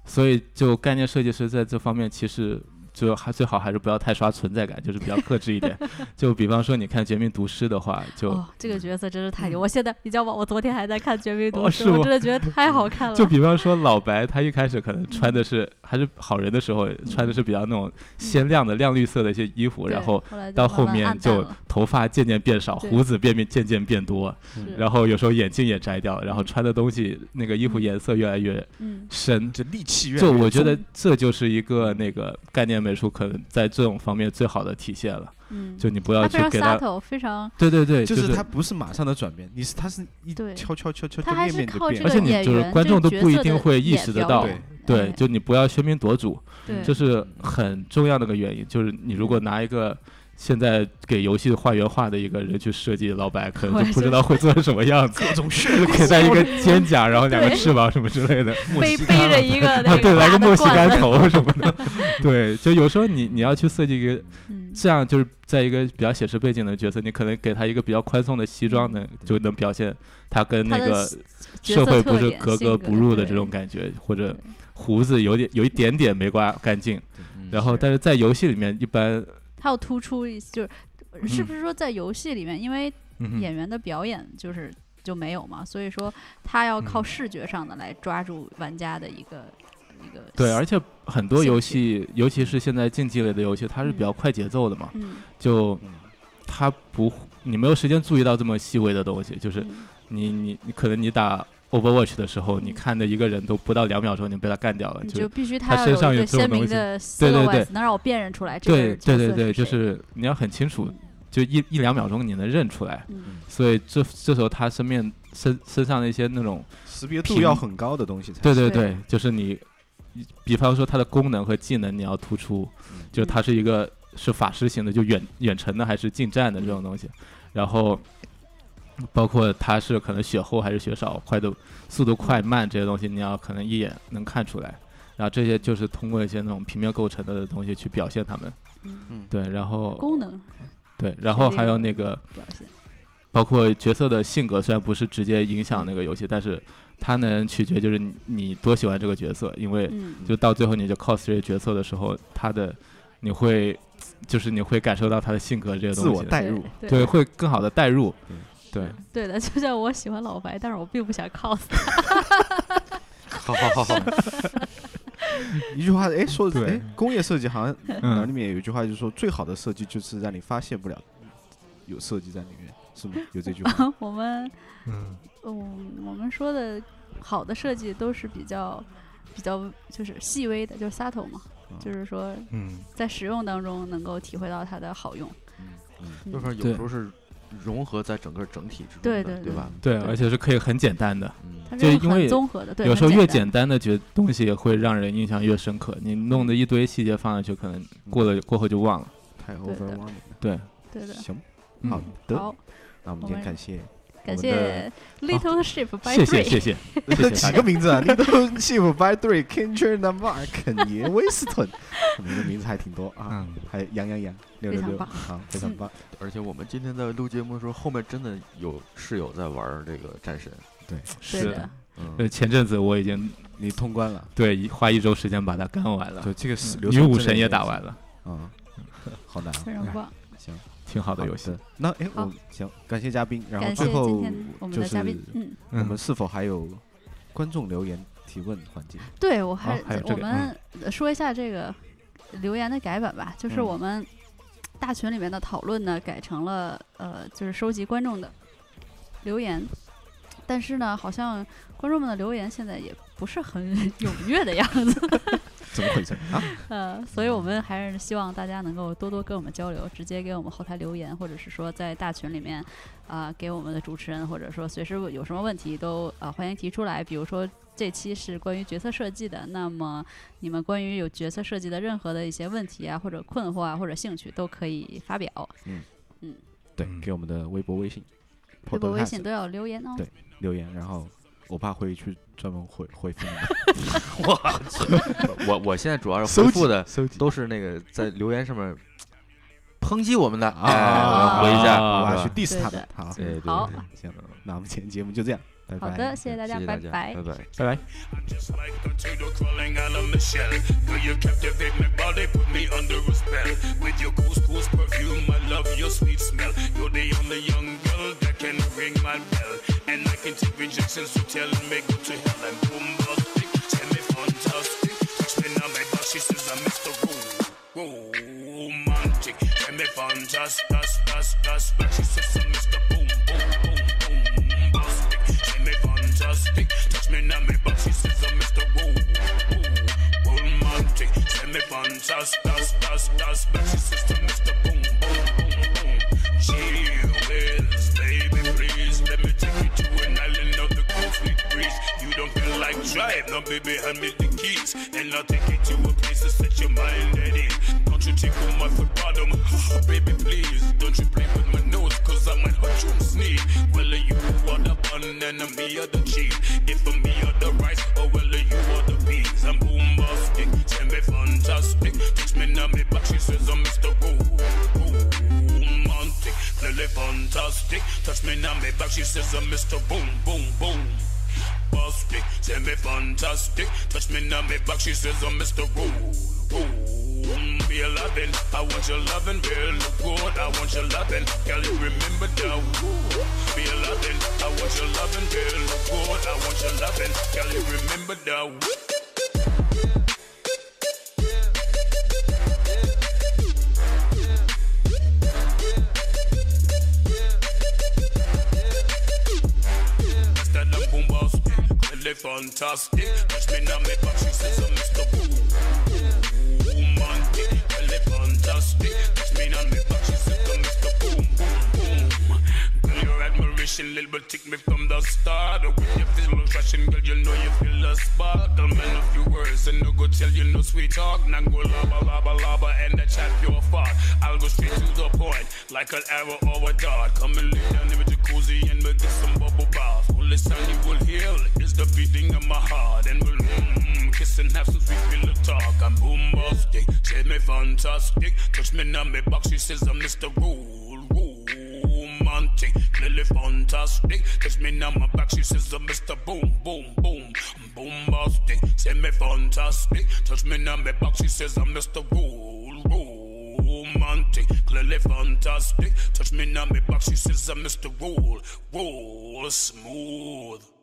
Speaker 4: 所以就概念设计师在这方面其实。就还最好还是不要太刷存在感，就是比较克制 一点。就比方说，你看《绝命毒师》的话，就、嗯
Speaker 2: 哦，这个角色真是太牛！我现在你知道吗？我昨天还在看《绝命毒
Speaker 4: 哦
Speaker 2: 师》
Speaker 4: 是
Speaker 2: 我
Speaker 4: 吗
Speaker 2: 真的觉得太好看了。
Speaker 4: 就比方说老白，他一开始可能穿的是还是好人的时候，穿的是比较那种鲜亮的亮绿色的一些衣服，
Speaker 2: 对
Speaker 4: 然后
Speaker 2: 来就
Speaker 4: 到
Speaker 2: 慢
Speaker 4: 后
Speaker 2: 慢
Speaker 4: 面
Speaker 2: 暗淡
Speaker 4: 就
Speaker 2: 了
Speaker 4: 头发渐渐变少，
Speaker 2: 对
Speaker 4: 胡子变变渐渐变多，
Speaker 2: 是
Speaker 4: 然后有时候眼镜也摘掉，然后穿的东西那个衣服颜色越来越
Speaker 2: 嗯
Speaker 4: 深。
Speaker 1: 这戾气越来
Speaker 4: 就
Speaker 1: 越
Speaker 4: 我觉得
Speaker 1: 重
Speaker 4: 这就是一个那个概念美术可能在这种方面最好的体现了。
Speaker 2: 嗯，
Speaker 4: 就你不要
Speaker 2: 他
Speaker 4: 去
Speaker 2: 非常
Speaker 4: 给他，
Speaker 2: subtle，非常
Speaker 4: 对对对，
Speaker 1: 就是是他不是马上的转变，你是他是一
Speaker 2: 对
Speaker 1: 悄悄悄悄
Speaker 2: 他
Speaker 1: 就
Speaker 2: 还
Speaker 1: 面
Speaker 2: 是
Speaker 1: 面就
Speaker 2: 靠
Speaker 1: 变了
Speaker 2: 这
Speaker 4: 而
Speaker 2: 个
Speaker 4: 且你
Speaker 2: 演
Speaker 4: 就是
Speaker 2: 员
Speaker 4: 观
Speaker 2: 这个
Speaker 4: 众都
Speaker 2: 角
Speaker 4: 不一
Speaker 2: 色
Speaker 4: 定
Speaker 2: 的
Speaker 4: 会意
Speaker 2: 演
Speaker 4: 识得
Speaker 2: 表
Speaker 4: 到
Speaker 2: 演
Speaker 4: 对
Speaker 2: 哎，
Speaker 4: 就你不要喧宾夺主，
Speaker 2: 对
Speaker 4: 这是很重要的个原因。就是你如果拿一个现在给游戏画原画的一个人去设计老白，可能就不知道会做成什么样子，
Speaker 1: 各种血
Speaker 4: 给他一个肩 胛，然后两个
Speaker 2: 对
Speaker 4: 翅膀什么之类的，
Speaker 2: 背背着 一个 那
Speaker 4: 啊，
Speaker 2: 个
Speaker 4: 对，来
Speaker 2: 大
Speaker 4: 个
Speaker 2: 的
Speaker 4: 墨西
Speaker 2: 罐
Speaker 4: 干
Speaker 2: 子，
Speaker 4: 头什么的， 对，就有时候你你要去设计一个
Speaker 2: 嗯
Speaker 4: 这样，就是在一个比较写实背景的角色，你可能给他一个比较宽松的西装呢，就能表现他跟
Speaker 2: 嗯他
Speaker 4: 那
Speaker 2: 的
Speaker 4: 个
Speaker 2: 性角
Speaker 4: 社
Speaker 2: 色
Speaker 4: 会
Speaker 2: 特
Speaker 4: 不是
Speaker 2: 点
Speaker 4: 格
Speaker 2: 性格
Speaker 4: 格不入的
Speaker 2: 对
Speaker 4: 这种感觉，或者
Speaker 2: 对
Speaker 4: 胡子有点有一点点没刮干净。
Speaker 3: 嗯
Speaker 4: 然后，嗯但是在游戏里面一般，
Speaker 2: 他要突出一就是。是
Speaker 4: 嗯
Speaker 2: 不是说在游戏里面，因为
Speaker 4: 嗯哼
Speaker 2: 演员的表演就是就没有嘛，所以说他要
Speaker 4: 嗯
Speaker 2: 靠视觉上的来抓住玩家的一个、一个
Speaker 4: 对，而且很多
Speaker 2: 兴
Speaker 4: 游戏，尤其是现在竞技类的游戏，它是比较快节奏的嘛，
Speaker 2: 嗯
Speaker 4: 就
Speaker 1: 嗯
Speaker 4: 它不，你没有时间注意到这么细微的东西。就是
Speaker 2: 嗯
Speaker 4: 你你你可能你打 Overwatch 的时候，你
Speaker 2: 嗯
Speaker 4: 看的一个人都不到两秒钟，你被他干掉了，
Speaker 2: 你
Speaker 4: 啊就
Speaker 2: 就必须
Speaker 4: 他
Speaker 2: 要
Speaker 4: 身上
Speaker 2: 有一
Speaker 4: 有
Speaker 2: 个
Speaker 4: 这
Speaker 2: 鲜
Speaker 4: 种
Speaker 2: 明
Speaker 4: 东西
Speaker 2: 的 s
Speaker 4: 对
Speaker 2: i l
Speaker 4: 对
Speaker 2: h o
Speaker 4: 对
Speaker 2: u 能让我辨认出来这个
Speaker 4: 对
Speaker 2: 角色
Speaker 4: 对对对，就
Speaker 2: 谁
Speaker 4: 是你要很清楚
Speaker 2: 嗯，
Speaker 4: 就一一两秒钟你能认出来。
Speaker 2: 嗯
Speaker 4: 所以这这时候他身边身身上的一些那种，
Speaker 1: 识别度
Speaker 4: 屏
Speaker 1: 要很高的东西才
Speaker 4: 对对
Speaker 2: 对
Speaker 4: 对，就是你，比方说它的功能和技能你要突出，
Speaker 1: 嗯
Speaker 4: 就是它是一个是法师型的，就远远程的还是近战的这种东西，然后包括它是可能血厚还是血少，快的速度快
Speaker 2: 嗯
Speaker 4: 慢这些东西，你要可能一眼能看出来。然后这些就是通过一些那种平面构成的东西去表现它们，
Speaker 2: 嗯
Speaker 3: 嗯，
Speaker 4: 对，然后
Speaker 2: 功能
Speaker 4: 对，然后
Speaker 2: 这
Speaker 4: 还有
Speaker 2: 个
Speaker 4: 那个
Speaker 2: 表现，
Speaker 4: 包括角色的性格，虽然不是直接影响那个游戏，但是它能取决就是你你多喜欢这个角色，因为
Speaker 2: 嗯
Speaker 4: 就到最后你就 cos 这个角色的时候，他的你会就是你会感受到他的性格这些东西，
Speaker 1: 自我代入，
Speaker 2: 对
Speaker 4: 对会更好的代入，对
Speaker 2: 对的，就像我喜欢老白，但是我并不想 cos
Speaker 3: 好好好 好，
Speaker 1: 一句话，哎，说的
Speaker 4: 对
Speaker 1: 哎，工业设计好像然后里
Speaker 4: 嗯，
Speaker 1: 面有一句话就是说，最好的设计就是让你发现不了有设计在里面，是吗？有这句 话
Speaker 2: 我们
Speaker 4: 嗯
Speaker 2: 嗯，我们说的好的设计都是比较比较就是细微的，就是 subtle 嘛，
Speaker 1: 嗯
Speaker 2: 就是说
Speaker 4: 嗯，
Speaker 2: 在使用当中能够体会到它的好用。
Speaker 1: 嗯
Speaker 2: 嗯
Speaker 3: 就是有
Speaker 4: 对
Speaker 3: 时候是融合在整个整体之中
Speaker 2: 对
Speaker 3: 的，
Speaker 2: 对
Speaker 3: 对吧？
Speaker 4: 对，而且是可以很简单的，
Speaker 3: 嗯，
Speaker 2: 它
Speaker 4: 就是因为
Speaker 2: 很综合的，对，
Speaker 4: 有
Speaker 2: 很
Speaker 4: 时候越
Speaker 2: 简
Speaker 4: 简单的觉东西会让人印象越深刻，你弄的一堆细节放上去，可能过
Speaker 1: 嗯
Speaker 4: 了过后就忘了，
Speaker 1: 太
Speaker 2: 对的
Speaker 1: overwhelming 了。
Speaker 4: 对，
Speaker 2: 对的。
Speaker 1: 行，
Speaker 4: 嗯
Speaker 1: 好的，
Speaker 2: 好，
Speaker 1: 那我们
Speaker 2: 我
Speaker 1: 今天
Speaker 2: 们
Speaker 1: 感谢
Speaker 2: 感
Speaker 1: 我们
Speaker 2: 谢
Speaker 1: 的
Speaker 2: Little Ship by
Speaker 4: 啊谢
Speaker 2: Three，
Speaker 4: 谢 谢谢，谢
Speaker 1: 几个名字啊，Little Chief by Three Kendrick Lamar 肯爷威斯 顿，我们的名字还挺多啊，
Speaker 4: 嗯，
Speaker 1: 还有杨洋洋六六
Speaker 2: 非常
Speaker 1: 六，
Speaker 2: 棒
Speaker 1: 好，非常 棒，
Speaker 3: 而且我们今天在录节目的时候，后面真的有室友在玩这个战神，
Speaker 2: 对
Speaker 4: 是
Speaker 2: 的，，
Speaker 4: 对，
Speaker 1: 嗯，
Speaker 4: 前阵子我已经
Speaker 1: 你通关了，
Speaker 4: 对一花一周时间把它干完了，
Speaker 1: 对，这个是
Speaker 4: 嗯
Speaker 1: 流
Speaker 4: 女
Speaker 1: 程
Speaker 4: 武
Speaker 1: 真的
Speaker 4: 神
Speaker 1: 有
Speaker 4: 也
Speaker 1: 点
Speaker 4: 打
Speaker 1: 像
Speaker 4: 完了，
Speaker 1: 嗯， 好难啊，
Speaker 2: 非
Speaker 4: 哎
Speaker 2: 常棒。
Speaker 1: 行，
Speaker 4: 挺
Speaker 1: 好
Speaker 4: 好的游戏，。
Speaker 1: 那哎，我
Speaker 2: 好
Speaker 1: 行，感谢嘉宾，然后
Speaker 2: 感
Speaker 1: 最
Speaker 2: 谢
Speaker 1: 后
Speaker 2: 今天我们
Speaker 1: 就
Speaker 2: 的嘉
Speaker 1: 是
Speaker 2: 宾，嗯，
Speaker 1: 我
Speaker 4: 嗯
Speaker 1: 们，是否还有观众留言提问环节？
Speaker 2: 对我
Speaker 4: 好
Speaker 2: 还
Speaker 4: 还有这
Speaker 2: 我
Speaker 4: 个嗯
Speaker 2: 们说一下这个留言的改版吧，就是
Speaker 1: 嗯
Speaker 2: 我们大群里面的讨论呢，改成了呃，就是收集观众的留言，但是呢，好像观众们的留言现在也不是很 踊跃的样子，
Speaker 1: 怎么回事啊？
Speaker 2: 呃，所以我们还是希望大家能够多多跟我们交流，直接给我们后台留言，或者是说在大群里面啊、给我们的主持人，或者说随时有什么问题都啊、欢迎提出来，比如说这期是关于角色设计的，那么你们关于有角色设计的任何的一些问题啊，或者困惑啊，或者兴趣都可以发表，
Speaker 1: 对，
Speaker 4: 嗯
Speaker 1: 给我们的微博、微信、
Speaker 2: 微博、微
Speaker 1: Podcast
Speaker 2: 信都要留言哦。
Speaker 1: 对留言，然后我爸会去专门回回复你们，
Speaker 3: 我我现在主要是
Speaker 1: 收
Speaker 3: 回
Speaker 1: 集
Speaker 3: 复的
Speaker 1: 收集
Speaker 3: 都是那个在留言上面抨击我们的，
Speaker 1: 啊
Speaker 3: 哎，我要回一下，
Speaker 4: 啊
Speaker 1: 我
Speaker 3: 好
Speaker 1: 要
Speaker 3: 吧
Speaker 1: 去 diss
Speaker 2: 对
Speaker 1: 他
Speaker 2: 的
Speaker 1: 们。好，
Speaker 3: 对对对
Speaker 2: 好，
Speaker 1: 行，那我们今天节目就这样，拜
Speaker 2: 好
Speaker 1: 拜。
Speaker 2: 的，谢谢大
Speaker 3: 谢
Speaker 2: 家，
Speaker 3: 啊谢大家，
Speaker 2: 拜
Speaker 3: 拜拜。
Speaker 4: 拜拜。
Speaker 5: I just like a turtle crawling out of my shell. Will you captivate my body, put me under a spell? With your couscous perfume, I love your sweet smell. You're the only young girl that can ring my bell. And I can take rejection, so tell me go to hell. And boom, busting, tell me fantastic. Touch me now, my dog, she says I'm Mr. Room. Romantic, tell me fantastic, fantastic. She says I'm Mr. Boom, boom, boom, boom bombastic. Say me fantastic. Touch me now, me box. She says I'm Mr. Woo. Woo. Romantic. Say me fantastic. But she says I'm Mr. Boom. Boom. Boom. Boom. She wills, baby, please. Let me take you to an island of the coast with breeze. You don't feel like drive. No, baby, hand me the keys. And I'll take you to a place to set your mind at ease. Don't you tickle my foot bottom. Oh, baby, please. Don't you play with my nose, cause I might hurt you and sneeze. Well, you are the bun and I'm me or the cheese. If I'm me or the rice, or well, you are the peas. I'm bombastic, tell me fantastic. Teach me now, me back, she says I'm Mr. Woo. Romantic, clearly fantastic. Touch me now, me back, she says I'm Mr. Boom, boom, boom. uh, Busty, tell me fantastic. Touch me now, me back, she says I'm Mr. Woo. Woo. Mm, be a lovin'. I want your lovin', real good. I want your lovin'. Girl, you remember that. Ooh. Be a lovin'. I want your lovin', real good. I want your lovin'. Girl, you remember that. That's that I'm boom boss. Really fantastic. Touch me now, make my cheeks I'm Mr. Boom. Boom, Monty. Really fantastic. Touch me now, make my cheeks I'm Mr. Boom, boom, boom. Girl, your admiration, little bit tick me from the start. With your physical fashion, girl, you know you feel the sparkle. Man, a few words, and no go tell you no sweet talk. Now go laba, laba, laba, and I chat your fault. I'll go straight to the point, like an arrow or a dart. Come and lay down in the jacuzzi and we'll get some bubble bath. Only sound you will hear is the beating of my heart. And we'll mm, mm, kiss and have some sweet pillow talk. I'm boombastic, say me fantastic. Touch me now, me box, she says I'm Mr. Rule, romantic, clearly fantastic. Touch me now, my back, she says I'm Mr. Boom, boom, boom. Boombastic, say me fantastic. Touch me now, me box, she says I'm Mr. Rule, romantic, clearly fantastic. Touch me now, me box, she says I'm Mr. Roll, roll smooth.